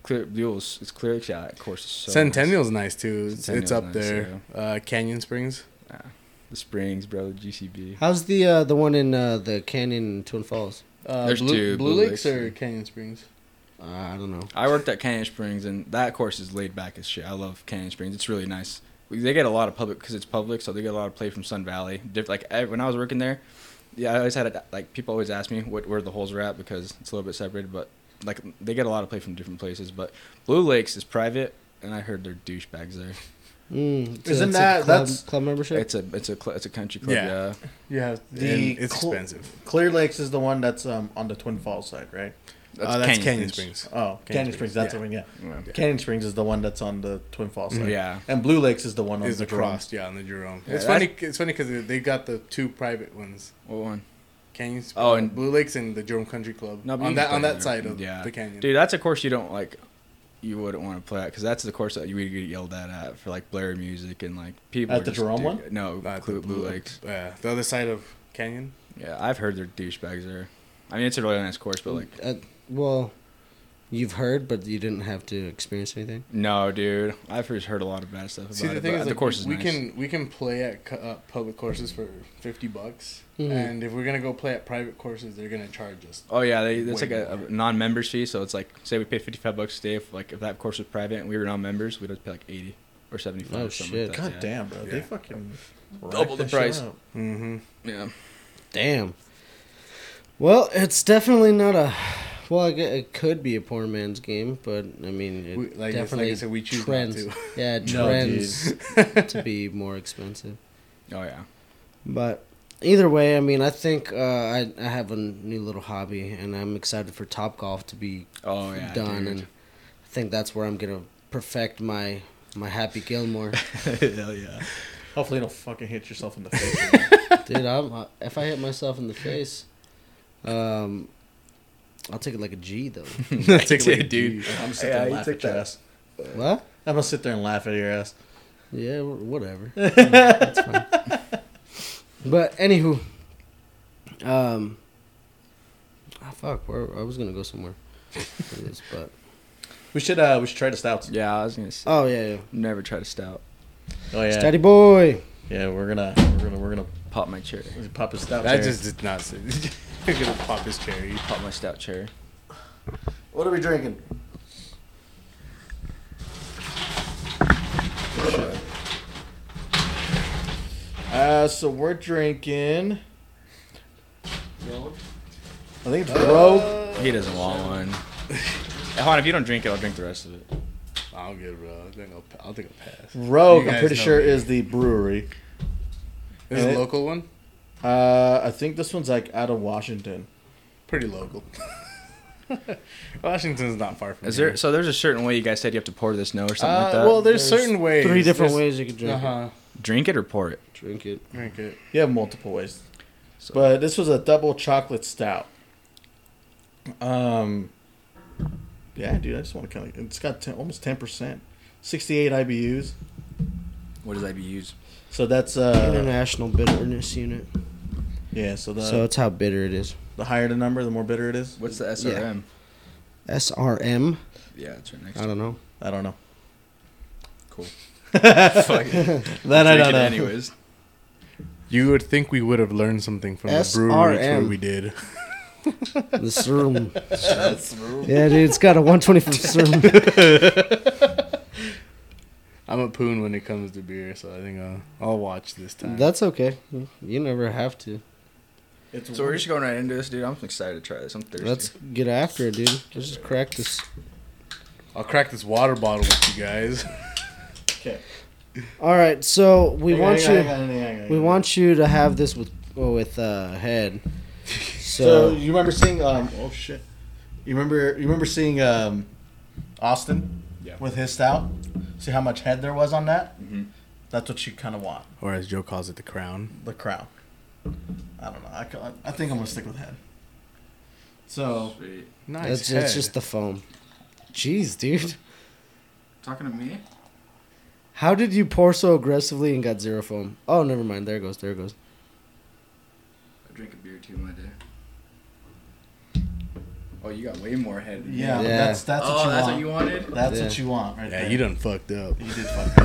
Clear Buell is it's Clear Lakes. Yeah, that course is so. nice.
Centennial's nice too. It's, it's
Centennial's
up
nice,
there. Uh, Canyon Springs.
The Springs, bro. The GCB.
How's the uh, the one in uh, the canyon in Twin Falls?
Uh,
There's
Blue,
two,
Blue,
Blue
Lakes,
Lakes.
or Canyon Springs?
Uh, I don't know.
I worked at Canyon Springs, and that course is laid back as shit. I love Canyon Springs. It's really nice. We- They get a lot of public because it's public, so they get a lot of play from Sun Valley. Diff- like ev- when I was working there, yeah, I always had a, like people always ask me what, where the holes are at because it's a little bit separated, but like they get a lot of play from different places. But Blue Lakes is private, and I heard they're douchebags there.
Mm, so
Isn't
it's a
that-
club,
that's-
club membership?
It's a it's a cl- it's a country club.
Yeah.
Yeah.
Yeah.
The
and it's
cl-
expensive.
Clear Lakes is the one that's um, on the Twin Falls side, right?
That's,
Oh,
uh, that's Canyon, Springs.
Oh, Canyon,
Canyon
Springs.
Springs,
That's
yeah.
the one. Yeah.
Yeah.
Canyon Springs is the one that's on the Twin Falls side.
Yeah.
And Blue Lakes is the one on
Is
the
across,
cross.
yeah, on the Jerome.
Oh, Yeah,
it's
that-
funny. It's funny because they got the two private ones,
What one?
Canyon. Springs,
Oh, and-
Blue Lakes uh, and the Jerome Country Club.
No, but you can
on that
play
on that
there.
side of
Yeah.
the canyon.
Dude, that's a course you don't like. You wouldn't want to play at because that's the course that you would get yelled at at for like Blair music and like people
At
are
the
just
Jerome
dou-
one?
No,
Not
Blue,
the
Blue Lakes.
Yeah, the other side of canyon.
Yeah, I've heard they're douchebags there. I mean, it's a really nice course, but like,
uh, well, you've heard, but you didn't have to experience anything.
no, dude, I've just heard a lot of bad stuff about
Mm-hmm. See, the
it.
thing
but
is,
the
like,
course is
we
nice.
can we can play at co- uh, public courses for fifty bucks,
Mhm.
and if we're gonna go play at private courses, they're gonna charge us.
Oh yeah, they, it's
Way
like a,
more.
a non-members fee, so it's like say we paid fifty-five bucks a day. If like if that course was private and we were non-members, we'd have to pay like eighty or seventy-five.
Oh,
or something like
shit.
that,
God damn, bro. They
Yeah.
fucking
Double
racked
the
that shit
price.
up.
Mm-hmm.
damn. Yeah.
Damn. Well, it's definitely not a. Well, I gue- it could be a poor man's game, but I mean, it
We- like- it's like I
definitely
said, we choose not
trends.
to.
Yeah, it
No,
trends to be more expensive.
Oh yeah.
But either way, I mean, I think uh, I I have a new little hobby, and I'm excited for Top Golf to be
Oh
Ah,
yeah,
done,
dude.
and I think that's where I'm gonna perfect my my Happy Gilmore.
hell yeah.
Hopefully, you don't fucking hit yourself in the face.
Dude, I'm, uh, if I hit myself in the face, um, I'll take it like a G though.
Take it like a
dude.
I'm gonna sit there
Yeah,
and
you
laugh
took
at your
that.
ass.
what?
I'm gonna sit there and laugh at your ass.
Yeah, wh- whatever. That's fine. But anywho, um, ah, fuck, where, I was gonna go somewhere. with this, but
We should uh we should try the stouts.
Yeah, I was gonna say
oh yeah, yeah.
never try to stout.
Oh yeah,
Steady boy.
yeah. We're gonna we're gonna we're gonna
Pop my chair.
pop a stout.
That
cherry.
just did not sit. You're gonna pop his cherry.
Pop my stout chair.
What are we drinking? Uh, so we're drinking. I think it's Rogue.
He doesn't want one. Hey, Juan, if you don't drink it, I'll drink the rest of it.
I don't get it, bro. I think I'll, pa- I'll take a pass.
Rogue,
You
I'm
guys
pretty
know
sure,
me.
is the brewery.
This is
Eh?
a local one.
Uh, I think this one's like out of Washington.
Pretty local. Washington's not far from
Is
here.
there? So there's a certain way you guys said you have to pour this no or something like
Uh,
that.
well, there's, certain ways.
Three different
There's-
ways you can drink it.
Uh-huh.
drink it or pour it.
Drink it.
Drink it.
You have multiple ways.
So-
But this was a double chocolate stout. Um, yeah, dude, I just want to kind of. It's got 10, almost ten percent, sixty-eight IBUs.
What does that be used?
So that's uh,
International bitterness unit.
yeah. So the
so it's how bitter it is.
the higher the number, the more bitter it is.
What's the SRM?
SRM.
Yeah, it's right next.
I don't know.
I don't know.
Cool.
That I
Drink
don't
it
know.
anyways.
You would think we would have learned something from the brewery tour
SRM.
we did.
The serum. yeah, dude, it's got a 124 serum.
I'm a poon when it comes to beer, so I think I'll, I'll watch this time.
That's okay. You never have to.
It's
So we're just going right into this, dude. I'm excited to try this. I'm thirsty.
Let's get after it, dude. Let's just crack this.
I'll crack this water bottle with you guys.
okay.
All right, so we
Hang on,
want
hang
you.
on, hang on, hang on, hang on.
We want you to have this with with uh, head. So
So you remember seeing? Um, oh shit! You remember? You remember seeing um, Austin
Yeah.
with his stout? See how much head there was on that?
Mhm.
That's what you kind of want.
or as Joe calls it, the crown.
The crown. I don't know. I, ca- I think I'm gonna stick with head. So
Sweet.
Nice.
it's, it's just the foam. Jeez, dude,
Talking to me?
how did you pour so aggressively and got zero foam? Oh, never mind. There it goes. There it goes.
I drink a beer too my day. Oh, you got way more head. Than
Yeah.
yeah, but that's that's what
oh,
you
that's
want.
what you wanted.
That's
Yeah.
what you want, right?
yeah,
there.
you done fucked up.
You did fuck.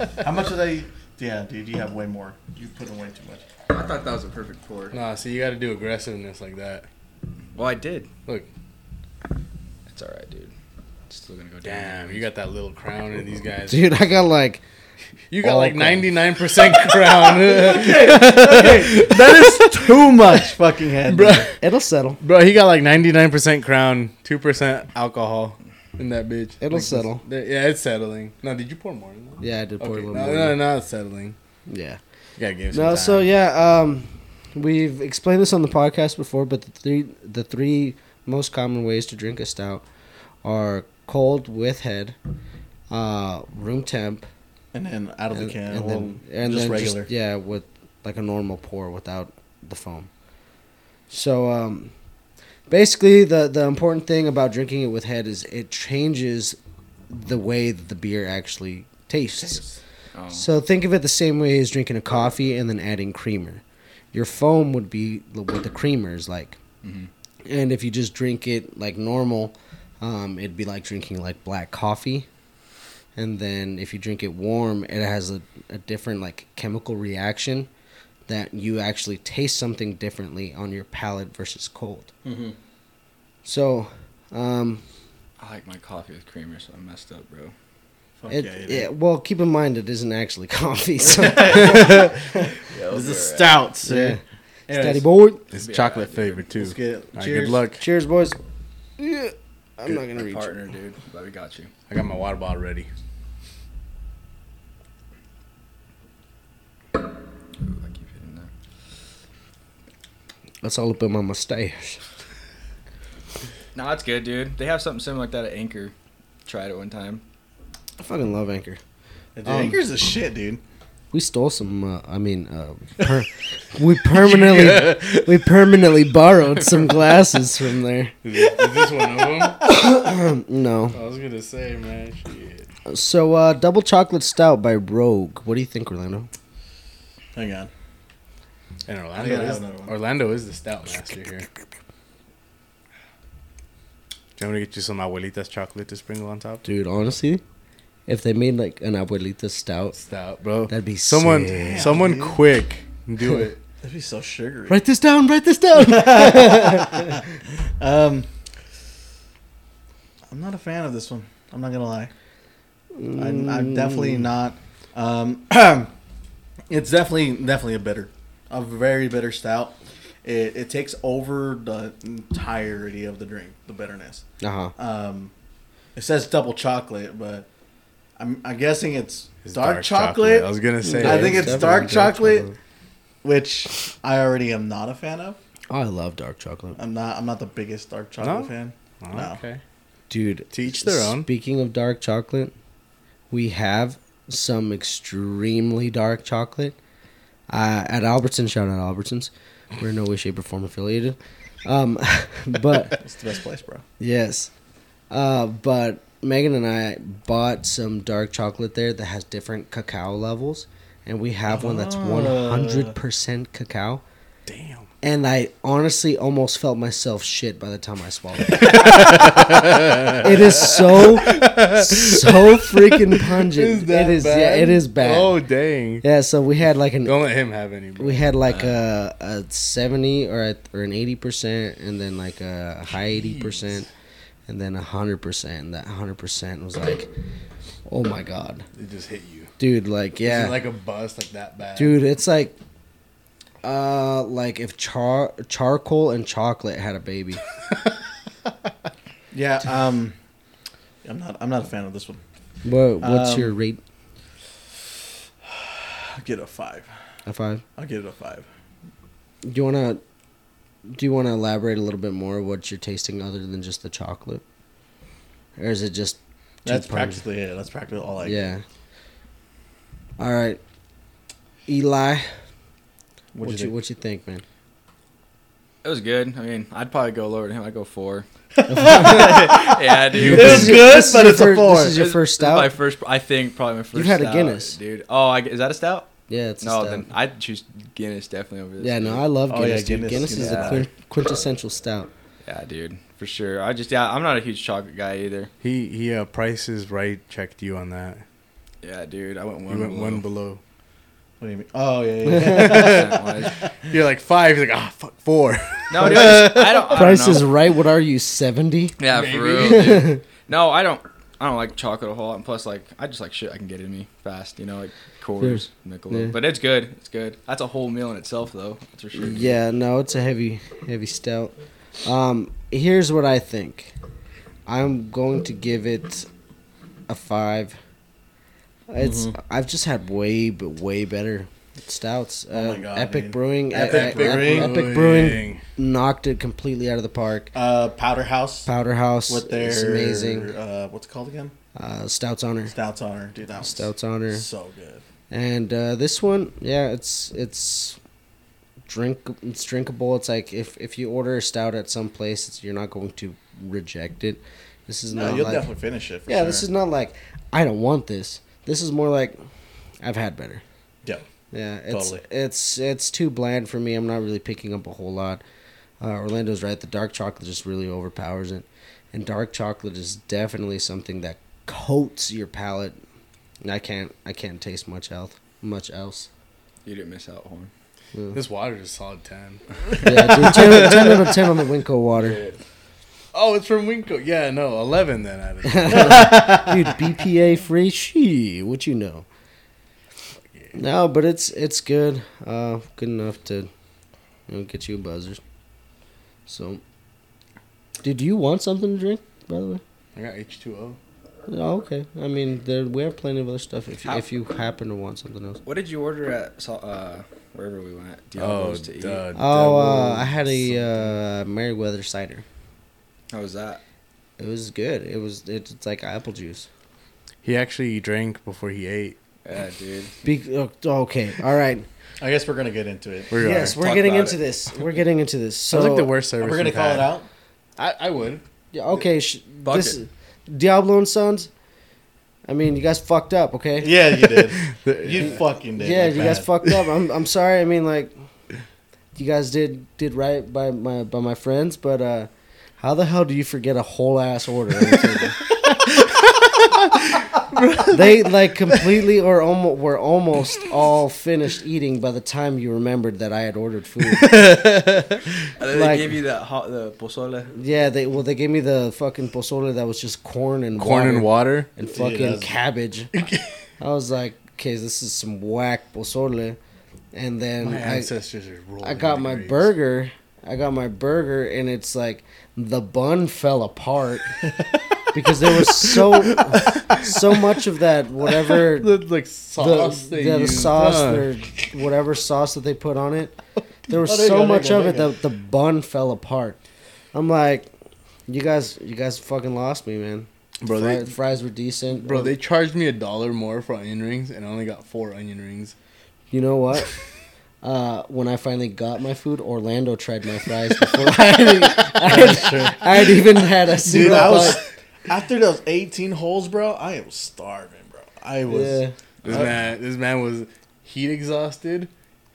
up. how much of that? You, yeah, dude, you have way more. You put in way too much.
I thought that was a perfect pour.
Nah, see, you got to do aggressiveness like that.
Well, I did.
Look,
It's all right, dude. It's still gonna go down.
damn, you got that little crown in these guys.
Dude, I got like
You got
all
like
crown.
99% crown.
that is too much fucking head.
bro,
it'll settle.
bro, he got like 99% crown, 2% alcohol in that bitch.
It'll
Like this-
settle.
there- yeah, it's settling. No, did you pour more than that?
Yeah, I did pour
Okay,
a
no,
little more.
no, no, it's settling.
Yeah.
You gotta give it some
No,
time.
so yeah, um, we've explained this on the podcast before, but the three the three most common ways to drink a stout are cold with head, uh, room temp,
And then out of the can, oh,
and
well,
then, and
just
then
regular.
Just, yeah, with like a normal pour without the foam. So um, basically, the the important thing about drinking it with head is it changes the way that the beer actually tastes.
Oh.
So think of it the same way as drinking a coffee and then adding creamer. Your foam would be l- what the creamer is like.
Mhm.
And if you just drink it like normal, um, it'd be like drinking like black coffee. And then if you drink it warm, it has a, a different like chemical reaction that you actually taste something differently on your palate versus cold.
Mhm.
So um,
I like my coffee with creamer, so I messed up, bro.
Fuck
it,
yeah, you
it-
did.
well, keep in mind it isn't actually coffee. So, uh,
Yeah,
This is stout,
yeah.
sir.
Steady boy.
It's
Be
chocolate
alright,
flavored too.
Let's get it.
All right,
Cheers.
good luck.
Cheers, boys. Yeah, I'm not gonna reach.
partner, dude. But we got you.
I got my water bottle ready.
Ooh, I keep hitting that.
That's all up in my mustache.
No, that's good, dude. They have something similar like that at Anchor. Tried it one time.
I fucking love Anchor.
Dude,
Um,
Anchor's the shit, dude.
We stole some. Uh, I mean, uh, per- we permanently we permanently borrowed some glasses from there.
Is, is this one of them?
No.
I was gonna say, man. Shit.
So uh, double chocolate stout by Rogue. What do you think, Orlando?
Hang on.
And
I
Orlando
gotta have
is
another one.
Orlando is the stout master here. Do you want me to get you some abuelita's chocolate to sprinkle on top?
Dude, honestly, if they made like an abuelita stout,
Stout, bro.
That'd be
someone.
sick.
someone
Damn, dude.
quick, do it.
That'd be so sugary.
write this down. Write this down.
Um, I'm not a fan of this one. I'm not gonna lie. I'm, I'm definitely
Mm.
not. Um, it's definitely definitely a bitter, a very bitter stout. It, it takes over the entirety of the drink, the bitterness.
uh huh.
Um, it says double chocolate, but I'm, I'm guessing it's,
It's
dark, chocolate,
I was gonna say.
I think
it's-
it's dark chocolate. which I already am not a fan of.
Oh, I love dark chocolate,
I'm not. I'm not the biggest dark chocolate
No?
fan.
Oh,
no.
Okay.
dude.
To each their own.
Speaking of dark chocolate, we have some extremely dark chocolate uh, at Albertsons. Shout out Albertsons. We're in no way, shape, or form affiliated. Um, but
It's the best place, bro.
yes, uh, but Megan and I bought some dark chocolate there that has different cacao levels, and we have one that's
Ah.
one hundred percent cacao.
Damn.
And I honestly almost felt myself shit by the time I swallowed. it. it is so so freaking pungent. it is yeah, it is bad.
Oh dang!
Yeah, so we had like an
Don't let him have any. Bro.
we had like a, a seventy or a, or an eighty percent, and then like a high eighty percent, and then a hundred percent. And that hundred percent was like, oh my god,
it just hit you.
dude! Like yeah,
Is it like a bust, like that bad.
dude it's like uh like if char charcoal and chocolate had a baby
Yeah, um, I'm not. I'm not a fan of this one.
Wha- what's
Um,
your rate
I'll get a five.
a five
I'll give it a five.
do you want to do you want to elaborate a little bit more what you're tasting other than just the chocolate or is it just too
That's
pungent?
practically it. That's practically all I.
yeah all right eli what,
What'd
you,
you think?
what you think man
It was good. I mean, I'd probably go lower than him. I'd go four. yeah, dude.
It was
This is-
good,
this is
but
your
it's a
fir-
four.
this is your
This-
first
this is
stout
My first, I think, probably my first.
You've had a
stout,
Guinness.
dude. Oh, I, is that a stout?
yeah it's
no,
a
then
stout.
I'd choose Guinness definitely over this.
yeah no
dude.
i love
Oh,
guinness
yeah,
dude
Guinness-
guinness, is the
Guinness.
quin- quintessential stout
Yeah, dude, for sure. I just, yeah, I'm not a huge chocolate guy either.
He he. Uh, Price is right. Checked you on that.
Yeah, dude, I went
You
one.
went
below.
one below.
What do you mean? Oh yeah, yeah.
You're like five. You're like ah fuck four.
no, dude, I, just, I don't. I
price
don't know.
is right what are you 70
Yeah, for real. Oh, dude. No, I don't. I don't like chocolate a whole lot. And plus, like, I just like shit I can get in me fast. You know, like quarters, Michelob.
Yeah.
But it's good. It's good. That's a whole meal in itself, though. That's for sure.
Yeah, no, it's a heavy, heavy stout. Um, here's what I think. I'm going to give it a five. It's I've just had way, but way better stouts.
Oh my
Uh,
God,
Epic
dude.
Brewing,
Epic
Epic Brewing,
Brewing.
Oh,
Epic Brewing knocked it completely out of the park.
uh, Powder House
Powder House,
with their
it's amazing.
Uh, what's it called again?
Uh, Stouts Honor,
Stouts Honor, dude. That was
Stouts Honor,
so good.
and uh, this one, yeah, it's it's drink it's drinkable. It's like if if you order a stout at some place, it's, you're not going to reject it. This is
No,
not
you'll
like
definitely finish it. For
yeah,
sure.
this is not like I don't want this. This is more like I've had better.
yeah.
Yeah, it's
Totally.
it's it's too bland for me. I'm not really picking up a whole lot. Uh, Orlando's right. The dark chocolate just really overpowers it, and dark chocolate is definitely something that coats your palate. And I can't I can't taste much else much else.
You didn't miss out, Horn.
This water is a solid ten.
Yeah, dude, 10, 10 out of 10 on the Winko water.
Oh, it's from Winko. Yeah, no, eleven then out of 10.
Dude, BPA free, she, what you know. No, but it's it's good. Uh, good enough to you know, get you a buzzer. So, did you want something to drink, by the way?
I got H two O.
Oh, okay. I mean, there we have plenty of other stuff if,
How-
if you happen to want something else.
What did you order at Sa- uh, wherever we went.
Oh,
Diablos to eat.
duh,
Oh, uh, I
devil
had
something.
a uh, Merryweather cider.
How was that?
It was good. It was it's like apple juice.
He actually drank before he ate.
Yeah, dude.
Be- oh, okay, all right.
I guess we're gonna get into it.
We
yes,
are.
we're
Talk
getting
about
into
it.
this. We're getting into this. So
Sounds like the worst service.
We're gonna
we've
call
had.
it out.
I, I would.
Yeah, okay. Sh-
Fuck
this Diablo and Sons. I mean, you guys fucked up. Okay.
Yeah, you did.
The-
You fucking did.
Yeah,
like
you guys
that.
fucked up. I'm I'm sorry. I mean, like, you guys did did right by my by my friends, but uh, how the hell do you forget a whole ass order? on the table? they like completely or almost were almost all finished eating by the time you remembered that I had ordered food.
And then
Like-
they gave you that hot the pozole.
yeah, they well they gave me the fucking pozole that was just corn and
corn
water and
and water.
Yeah,
fucking
that's-
cabbage. I was like, okay, this is some whack pozole. And then
My
I,
ancestors are rolling.
I got
in the
my
graves.
burger. I got my burger, and it's like the bun fell apart because there was so so much of that whatever the,
The like sauce they
yeah, the
used,
sauce
huh?
or whatever sauce that they put on it. There was
Oh, there you
so
go, there
much
you go,
of it
there you
that the bun fell apart. I'm like, you guys, you guys fucking lost me, man.
Bro, they-
Fri- fries were decent,
Bro, they charged me a dollar more for onion rings, and I only got four onion rings.
You know what? Uh, when I finally got my food, Orlando tried my fries before I had, I had, I had even had a single
Dude, I was
bite.
after those 18 holes, bro. I am starving, bro. I was.
yeah,
This man, this man was heat exhausted,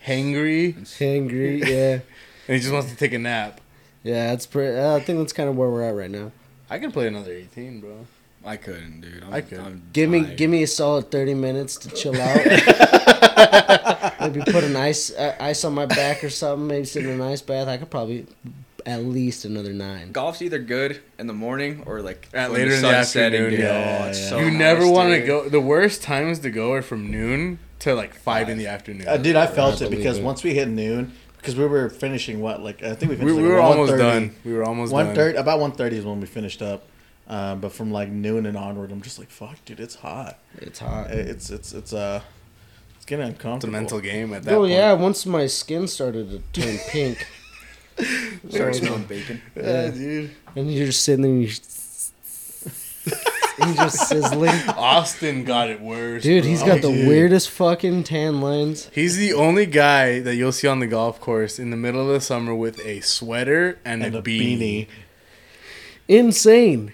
hangry,
hangry. Yeah,
and he just wants to take a nap.
yeah. That's pretty. Uh, I think that's kind of where we're at right now.
I can play another eighteen, bro.
I couldn't, dude. I'm,
I could.
I'm
Give me,
tired.
give me a solid thirty minutes to chill out. maybe put an ice uh, ice on my back or something. Maybe sit in an ice bath. I could probably at least another nine.
Golf's either good in the morning or like
At
when
later in the
sun's
afternoon,
dude.
yeah,
Oh, it's
yeah.
so
you never
nice,
want to
dude.
go. The worst times to go are from noon to like five in the afternoon.
Uh, dude, I felt
I
it because
believe it.
once we hit noon, because we were finishing what like I think we
we,
finished.
we
like
were almost
1:30.
done. We were almost
One
done.
thirty, about one thirty is when we finished up. Um, but from like noon and onward, I'm just like, fuck, dude, it's hot.
It's hot.
It's it's it's uh, it's getting
It's a
uncomfortable.
mental game at that.
Oh
point.
yeah, once my skin started to turn pink.
Start smelling bacon.
Yeah, dude.
And you're just sitting there and you're, you're just sizzling.
Austin got it worse.
Dude,
bro.
he's got the
Dude.
weirdest fucking tan lines.
He's the only guy that you'll see on the golf course in the middle of the summer with a sweater and,
and
a,
a
beanie.
beanie.
Insane.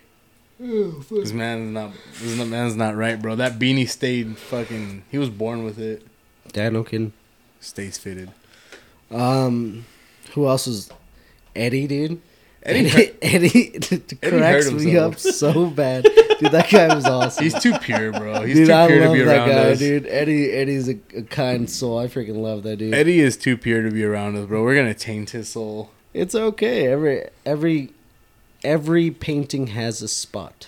This man is not. This n- man's not right, bro. That beanie stayed fucking. He was born with it.
Dad, no kidding.
Stays fitted.
Um, who else is Eddie, dude?
Eddie
Eddie, Eddie, cracks
hurt
me up so bad. Dude, that guy was awesome.
He's too pure, bro. He's
dude,
too
I
pure to
love
be
that
around
guy,
us.
dude. Eddie, Eddie's a, a kind soul. I freaking love that dude.
Eddie is too pure to be around us, bro. We're gonna taint his soul.
It's okay. Every every every painting has a spot.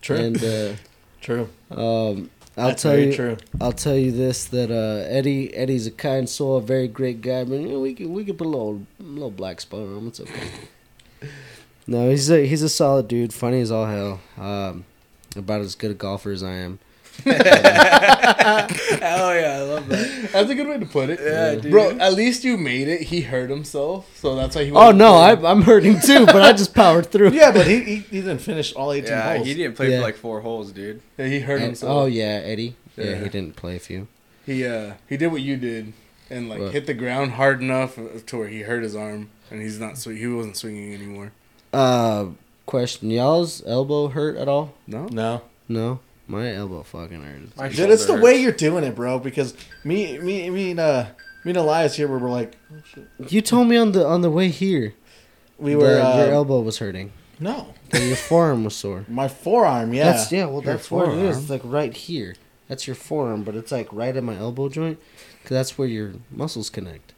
True,
And uh,
true.
um, I'll
That's
tell
very
you.
true.
I'll tell you this: that uh, Eddie, Eddie's a kind soul, a very great guy. But you know, we can we can put a little little black spot on him. It's okay. no, he's a he's a solid dude, funny as all hell. Um, about as good a golfer as I am.
Hell yeah, I love that.
That's a good way to put it.
Yeah, dude.
bro. At least you made it. He hurt himself, so that's why he.
Oh
wasn't
no, I,
playing.
I'm hurting too, but I just powered through.
Yeah, but he, he he didn't finish all eighteen
Yeah,
holes.
he didn't play
Yeah.
for like four holes, dude.
Yeah, he hurt
And-
himself.
oh yeah, Eddie. Yeah,
Yeah.
he didn't play a few.
He uh he did what you did and like
What?
hit the ground hard enough to where he hurt his arm and he's not sw- he wasn't swinging anymore.
Uh, question: Y'all's elbow hurt at all?
No.
No,
No, my elbow fucking hurts.
My
dude, it's the
shoulder
way
hurts.
you're doing it, bro. Because me, me, me and uh, me and Elias here, we were like,
You told me on the on the way here
we were
that your
uh,
elbow was hurting,
no,
that your forearm was sore.
my forearm. Yeah,
That's yeah. Well,
Your
that's where it is.
forearm.
It's like right here. That's your forearm, but it's like right at my elbow joint, because that's where your muscles connect.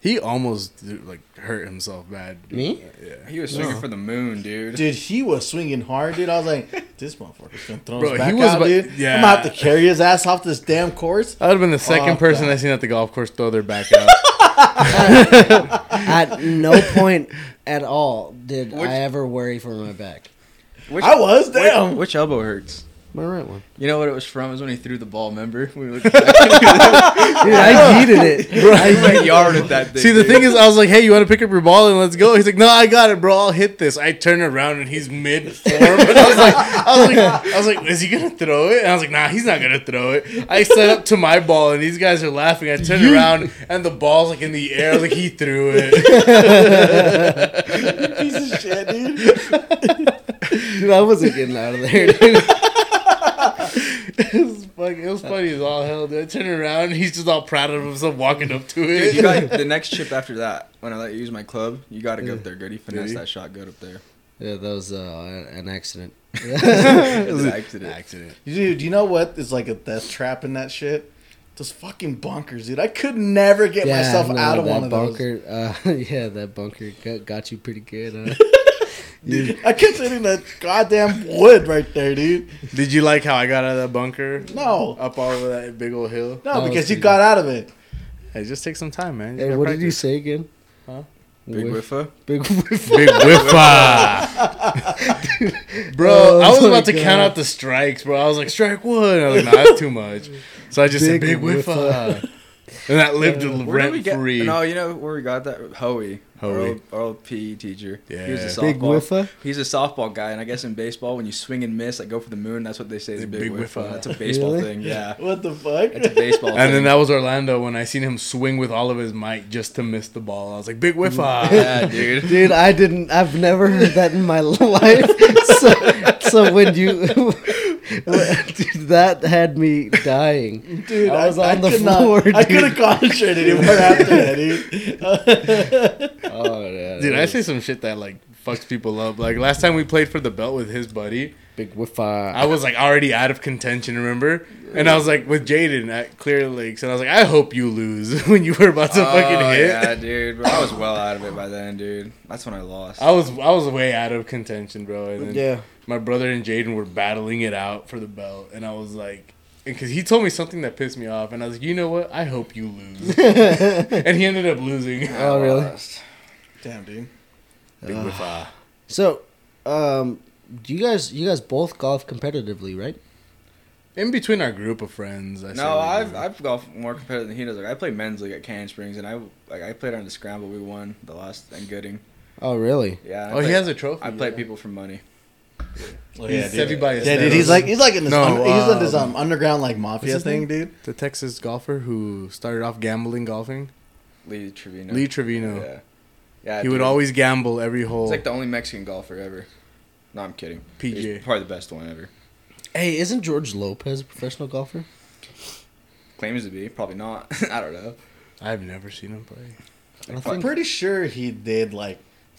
He almost dude, like hurt himself bad. dude.
Me?
Yeah.
He was swinging
No.
for the moon, dude.
Dude, he was swinging hard, dude. I was like, this motherfucker's gonna throw
Bro,
his
he
back
was
out,
about-
dude.
yeah.
I'm gonna have to carry his ass off this damn course.
I would have been the second
Fuck
person
that.
I seen at the golf course throw their back out.
At no point at all did
Which-
I ever worry for my back.
Which,
I was damn.
Which elbow hurts?
my right one.
You know what it was from? It was when he threw the ball. Remember? We were
Dude, I heated it.
bro, I went yard at that. Thing,
See, the
dude.
thing is, I was like, "Hey, you want to pick up your ball and let's go?" He's like, "No, I got it, bro. I'll hit this." I turn around and he's mid form, and I was like, "I was like, I was like, is he gonna throw it?" And I was like, "Nah, he's not gonna throw it." I set up to my ball, and these guys are laughing. I turn around, and the ball's like in the air, like he threw it.
piece of shit, dude.
Dude, I wasn't getting out of there, dude.
it, was fucking, it was funny as all hell. Dude. I turn around, and he's just all proud of himself, walking up to
Dude,
it.
you got the next chip after that. When I let you use my club, you got to go up there good. He finessed
he?
that shot good up there.
Yeah, that was uh, an accident.
It was an accident.
Accident.
Dude, you know what is like a death trap in that shit? Those fucking bunkers, dude. I could never get myself
no,
out of
that
one of those.
bunker, Uh, yeah, that bunker got, got you pretty good. uh. Huh?
Dude, I kept hitting that goddamn wood right there, dude.
Did you like how I got out of that bunker?
No,
Up all over that big old hill.
That
no,
was
because you
pretty
got out of it.
It just takes some time, man.
Hey,
gotta
what did you
practice.
say again?
Huh?
Big
Whiff-
whiffa.
Big whiff.
Big whiffa. bro,
Oh
I was
my
about to
God.
count out the strikes, bro. I was like, strike one. I was like, no, that's too much. So I just said,
Big
big whiffa. and that lived
Where did we
rent
get?
free.
No, you know where we got that? Hoey. Our
Hoey.
old, our old PE teacher. He was
Yeah.
a softball.
Big whiffa?
He's a softball guy, and I guess in baseball, when you swing and miss, like go for the moon, that's what they say is a big,
Big
whiffa.
whiffa.
That's a baseball
Really?
thing. Yeah,
What the fuck?
it's a baseball.
And
thing.
then that was Orlando when I seen him swing with all of his might just to miss the ball. I was like, big whiffa.
Yeah, dude.
Dude, I didn't. I've never heard that in my life. So, so when you, dude, that had me dying.
Dude,
I was on the
could
floor,
Not, I
dude.
could have concentrated anymore after that, dude.
Oh yeah,
Dude, I say some shit that like fucks people up. Like last time we played for the belt with his buddy.
big whiffa.
I was like already out of contention, remember? And I was like with Jaden at Clear Lakes, and I was like, I hope you lose when you were about to fucking
Oh,
hit.
Yeah, dude. Bro, I was well out of it by then, dude. That's when I lost.
I was I was way out of contention, bro. And then
Yeah.
my brother and Jaden were battling it out for the belt, and I was like, because he told me something that pissed me off, and I was like, you know what? I hope you lose. and he ended up losing.
oh really?
Damn, dude.
Big whiff, ah.
So, um, do you guys you guys both golf competitively, right?
In between our group of friends, I
No, I've
started-
I've golfed more competitive than he does. Like I played men's league at Canyon Springs, and I like I played on the scramble. We won the last and Gooding.
Oh really?
Yeah. I
oh, he
played-
has a trophy.
I played
yeah.
people for money.
Oh,
He's everybody's
Yeah, dude.
stats.
He's like he's like in this
No,
un- he's in this
um,
um, underground like
what's
mafia
his
thing, dude.
the Texas golfer who started off gambling golfing.
Lee Trevino.
Lee Trevino.
Yeah. Yeah.
He would
dude.
always gamble every
He's
hole.
like the only Mexican golfer ever. No, I'm kidding.
PJ.
He's probably the best one ever.
Hey, isn't George Lopez a professional golfer?
Claims to be, probably not. I don't know.
I've never seen him play.
I don't
I'm
think-
pretty sure he did like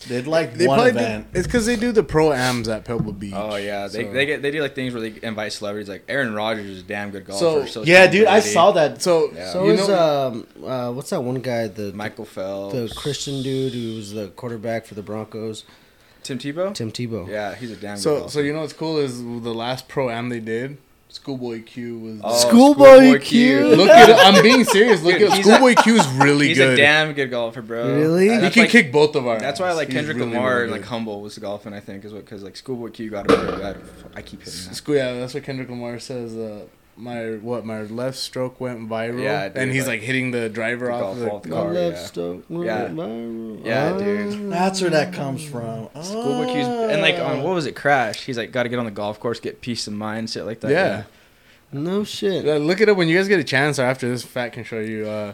did like
They
one
probably
event.
Do, it's because they do the pro ams at Pebble Beach.
Oh yeah, they,
so-
they get they do like things where they invite celebrities. Like Aaron Rodgers is a damn good
So-
golfer. is
Yeah,
Tom
dude. I
Brady.
saw that.
So
Yeah.
So
you
is
know-
um uh, what's that one guy the
Michael Phelps,
the Christian dude who was the quarterback for the Broncos,
Tim Tebow.
Tim Tebow.
Yeah, he's a damn good
so
golfer.
so you know what's cool is the last pro am they did. Schoolboy Q was.
Oh,
Schoolboy Q.
Look at I'm being serious. Look
Dude,
at
he's a-
Schoolboy Q is really
He's
good.
a damn good golfer, bro.
Really?
he
And
can
that's like-
kick both of our.
That's why I
asses.
like
He's
Kendrick
really,
Lamar
really
and like
good.
Humble was golfing. I think is what because like Schoolboy Q got him. really good. I keep hitting that.
School- yeah, that's what Kendrick Lamar says. Uh, my what? My left stroke went viral,
Yeah, dude,
and he's
like-
like, hitting the driver
The
off
golf
the
ball, the
My
Car,
left
yeah.
stroke,
Yeah.
my right-
Yeah, dude.
That's where that comes from. Oh.
Schoolboy Q's and like on what was it? Crash. He's like got to get on the golf course, get peace of mind, shit like that.
Yeah.
No shit.
Uh, look it up when you guys get a chance or after this fat can show you uh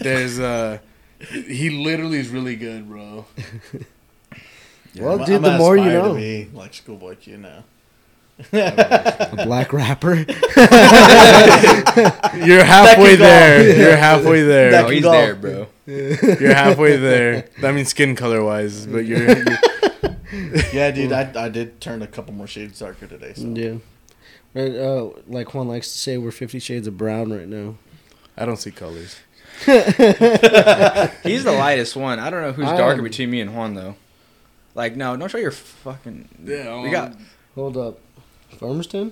there's uh he literally is really good bro
Well,
I'm-
dude,
I'm
the more you
aspire to
know.
be like Schoolboy Q now.
A black rapper.
you're
Second goal.
halfway there you're halfway there
No,
That-
he's
golf.
there, bro.
you're halfway there i mean skin color wise but you're
Yeah, dude. I, I did turn a couple more shades darker today. So.
yeah. But, uh, like Juan likes to say, we're Fifty Shades of Brown right now.
i don't see colors
He's the lightest one. I don't know who's
I
darker
am-
between me and Juan though. Like no, don't show your fucking.
Yeah, um,
we got.
Hold up. Farmerston?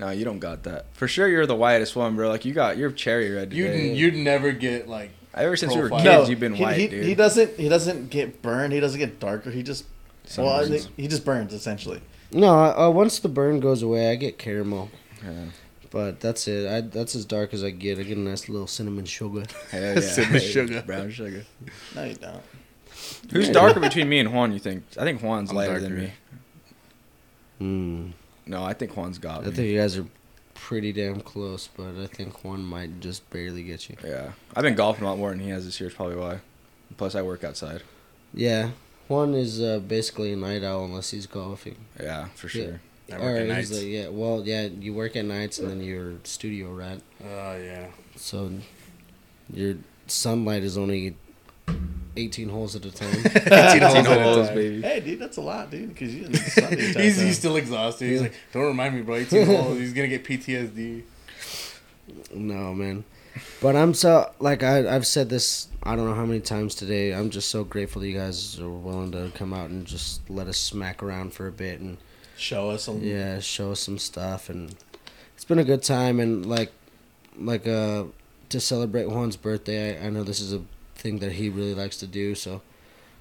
No, you don't got that. For sure, you're the whitest one, bro. Like you got, you're cherry red
you'd
today.
you'd never get like
Ever since we were kids,
profile.
you've been
he,
white,
he,
dude.
he doesn't. He doesn't get burned. He doesn't get darker. He just. Well, I
Sunburns.
think he just burns essentially.
No, uh, once the burn goes away, I get caramel.
Yeah.
But that's it. I, that's as dark as I get. I get a nice little cinnamon sugar.
Hell yeah.
Cinnamon sugar.
Brown sugar.
No, you don't.
Who's darker between me and Juan? You think? I think Juan's
I'm
lighter than
darker.
me.
Mm.
No, I think Juan's got
I
me.
think you guys are pretty damn close, but I think one might just barely get you.
yeah, I've been golfing a lot more than he has this year. Is probably why. Plus, I work outside.
Yeah, one is uh, basically a night owl unless he's golfing.
Yeah, for
Yeah.
sure.
I work at
Or
nights.
he's like, yeah, well, yeah, you work at nights and then you're a studio rat,
Oh yeah.
so your sunlight is only eighteen holes at a time.
Eighteen
holes at a
holes,
time.
baby.
Hey, dude, that's a lot, dude. Because you didn't Sunday
He's, he's still exhausted. He's like, don't remind me, bro. 18 holes. He's gonna get PTSD.
no, man. But I'm so like I I've said this I don't know how many times today. I'm just so grateful that you guys are willing to come out and just let us smack around for a bit and
show us some.
yeah show us some stuff and it's been a good time and like like uh to celebrate juan's birthday i, I know this is a thing that he really likes to do so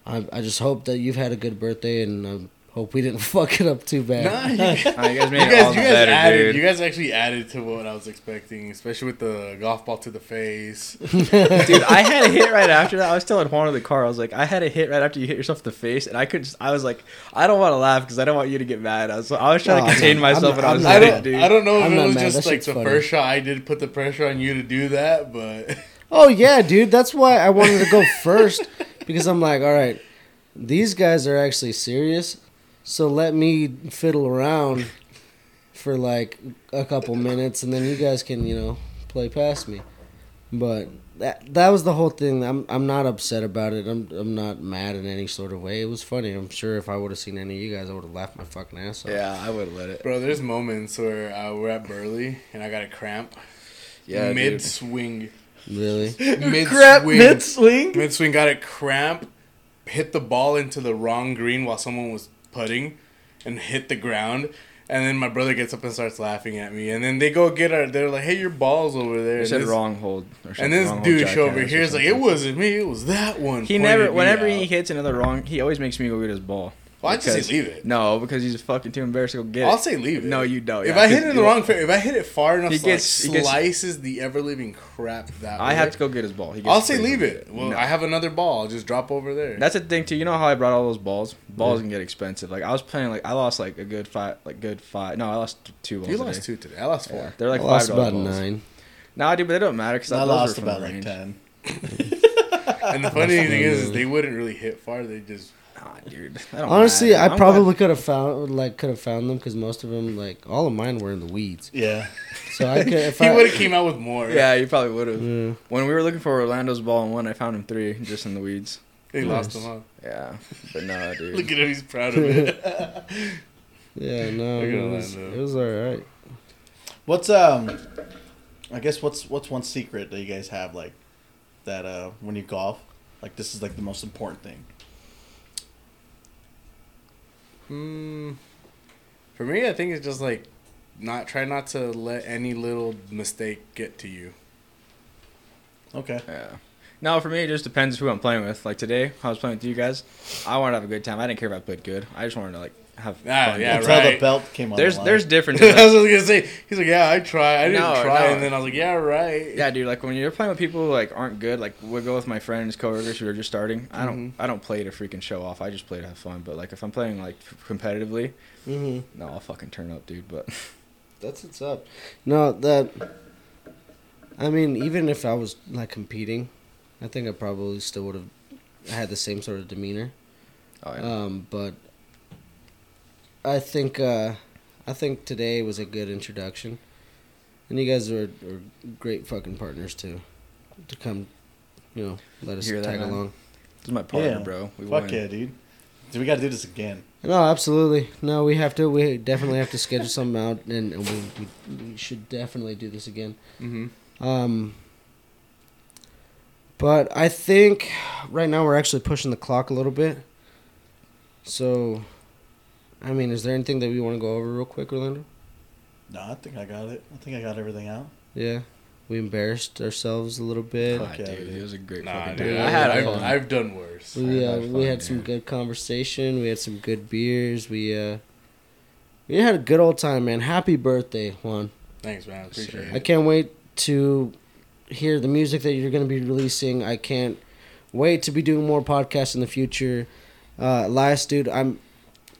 I, I just hope that you've had a good birthday and um, hope we didn't fuck it up too bad
Nah, you guys, you
Nah, you guys made it all
guys
the better,
added.
dude.
You guys actually added to what I was expecting, especially with the golf ball to the face.
Dude, I had a hit right after that. I was telling Juan in the car. I was like, I had a hit right after you hit yourself in the face, and I could. Just, I was like, I don't want to laugh because I don't want you to get mad. I was. I was trying
Oh,
to
man.
contain myself,
I'm-
and I was
I'm
I
not-
like,
don't.
dude.
I don't know if
I'm
it
not
was
mad.
just
That
like
shit's
the
funny.
first shot I did put the pressure on you to do that, but
oh yeah dude that's why i wanted to go first because i'm like all right these guys are actually serious so let me fiddle around for like a couple minutes and then you guys can you know play past me but that that was the whole thing i'm i'm not upset about it i'm i'm not mad in any sort of way it was funny i'm sure if i would have seen any of you guys i would have laughed my fucking ass off
yeah, I would have let it.
bro, there's moments where uh, we're at Burley and I got a cramp
Yeah,
mid swing,
really
mid
Crap,
swing,
mid swing.
mid swing. Got a cramp, hit the ball into the wrong green while someone was putting, and hit the ground. And then my brother gets up and starts laughing at me. And then they go get our. They're like, "Hey, your ball's over
Dude.
there."
You
And
said
this-
wrong hold. Or
And
something,
this
wrong hold
douche over
jackass or
here is like, it
something.
wasn't me, it was that one.
He
pointed
never.
me
Whenever
out."
he hits another wrong, he always makes me go get his ball.
well, I just
because-
say leave it.
No, because he's fucking too embarrassed to go get it.
I'll say leave it.
No, you don't.
If
yeah,
I hit
'cause
it in the
you-
wrong, fa- if I hit it far enough,
He
he
gets- he gets-
slices the ever living crap that.
I have to go get his ball. He gets
I'll
to
say
bring
leave
his-
it. Well,
No.
I have another ball. I'll just drop over there.
That's the thing too. You know how I brought all those balls? Balls can get expensive. Like I was playing, like I lost like a good five, like good five. No, I lost t- two balls.
you lost two today. I lost four.
Yeah, they're like
I lost
five dollars.
about nine
Nah, dude, but they don't matter because
I lost about like ten.
And the funny thing is, is,
Mhm.
they wouldn't really hit far. They just
Nah, dude. that don't
honestly
matter.
i
I'm
probably could have found like could have found them because most of them like all of mine were in the weeds
Yeah.
so i could if
he
I,
would have came out with more.
glad- Yeah, you probably would have.
Yeah.
When we were looking for Orlando's ball and one, I found him three just in the weeds.
they lost
Nice.
him. Huh?
Yeah, but no, dude.
Look at him. He's proud of it.
Yeah, no,
They're
it
gonna
was,
land
it
up.
was all right.
What's um? I guess what's what's one secret that you guys have like that uh when you golf like this is like the most important thing.
Mm, for me, I think it's just like not try not to let any little mistake get to you.
Okay.
Yeah. No, for me, it just depends who I'm playing with. Like today, I was playing with you guys. I wanted to have a good time. I didn't care if I played good. I just wanted to like have
Ah,
fun.
yeah,
Until the
right.
belt came on.
There's
the line.
there's differences.
I was just gonna say, he's like, yeah, I try. I didn't
No,
try,
no.
and then I was like, yeah, right.
Yeah, dude. Like when you're playing with people who like aren't good, like we'll go with my friends, coworkers who are just starting. I don't,
Mm-hmm.
I don't play to freaking show off. I just play to have fun. But like if I'm playing like f- competitively,
Mm-hmm.
no, I'll fucking turn up, dude. But
That's what's up. No, that. I mean, even if I was like competing, I think I probably still would have had the same sort of demeanor.
oh, yeah.
Um, but I think uh, I think today was a good introduction, and you guys are, are great fucking partners too. To come, you know, let us
Hear that,
tag
man?
along.
this is my partner,
yeah.
bro. We
Fuck
won.
yeah, dude. Dude, we got to do this again.
No, absolutely. No, we have to. We definitely have to schedule something out, and, and we, we we should definitely do this again.
Mm-hmm.
Um, but I think right now we're actually pushing the clock a little bit. So, I mean, is there anything that we want to go over real quick, Orlando?
No, I think I got it. I think I got everything out.
Yeah, we embarrassed ourselves a little bit.
Fuck yeah,
Okay,
dude.
dude.
It was a great
Nah,
fucking
dude,
day.
I
I had
have
fun.
I've done worse.
We
I
uh,
had
we
fun,
had some
dude.
good conversation. We had some good beers. We uh, We had a good old time, man. Happy birthday, Juan.
Thanks, man. I appreciate
I
it.
can't wait to hear the music that you're going to be releasing. I can't wait to be doing more podcasts in the future. Uh, Elias, dude, I'm.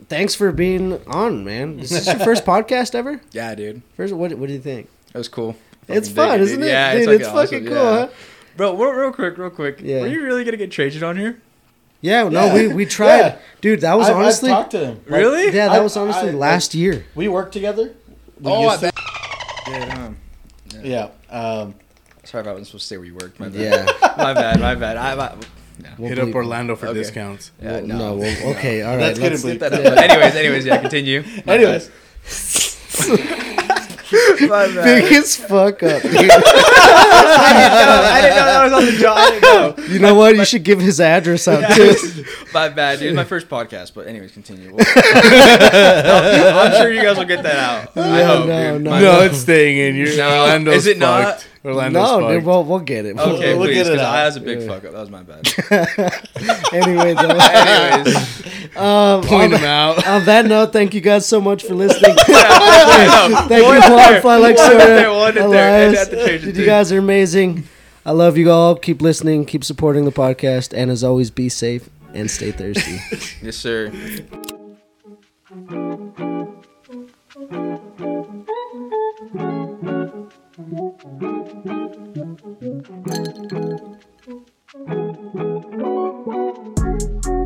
Thanks for being on, man. Is this your first podcast ever?
Yeah, dude.
First, what what do you think?
That was cool.
It's
Fucking dig
fun,
dude.
isn't it?
Yeah,
dude, it's fucking,
awesome,
cool,
yeah.
huh?
Bro, real, real quick, real quick.
Yeah.
Were you really gonna get traded on here?
Yeah, Oh, no, we, we tried.
Yeah.
Dude, that was
I've- I've
honestly.
talked to him. Like,
really?
yeah, that
I-
was honestly
I-
last year.
We worked together. When
Oh,
you
I
said-
Yeah, um,
yeah. Um,
sorry if I wasn't supposed to say where you worked. My bad.
Yeah.
my bad. My bad. I, I,
We'll
Hit up
bleep-
Orlando for
Okay.
discounts.
yeah,
we'll-
no.
no. we'll- okay, all right.
That's gonna
let's-
be-
Get that out. anyways, anyways, yeah, continue. My
anyways,
bad. My bad.
Biggest fuck up. dude.
I didn't know that was on the job. I didn't know.
You know what? You should give his address out too.
My bad, dude. It's my first podcast, but anyways, continue. We'll- I'm sure you guys will get that out. I
No,
hope,
no,
dude.
no.
My-
No, it's staying in. You're
No,
Orlando's
is it not?
fucked. Orlando's
No,
fucked.
dude, we'll, we'll get it. We'll-
Okay,
We'll
please,
get it
'cause
out.
I was a big fuck up. That was my bad.
anyway, though,
anyways,
um,
Point
on,
him out.
on that note, thank you guys so much for listening.
I
thank you, Juan Fly Like
One
Sora,
there, one there, and
Elias.
at the change of
Dude,
tune.
you guys are amazing. I love you all. Keep listening. Keep supporting the podcast. And as always, be safe and stay thirsty.
Yes, sir.
Thank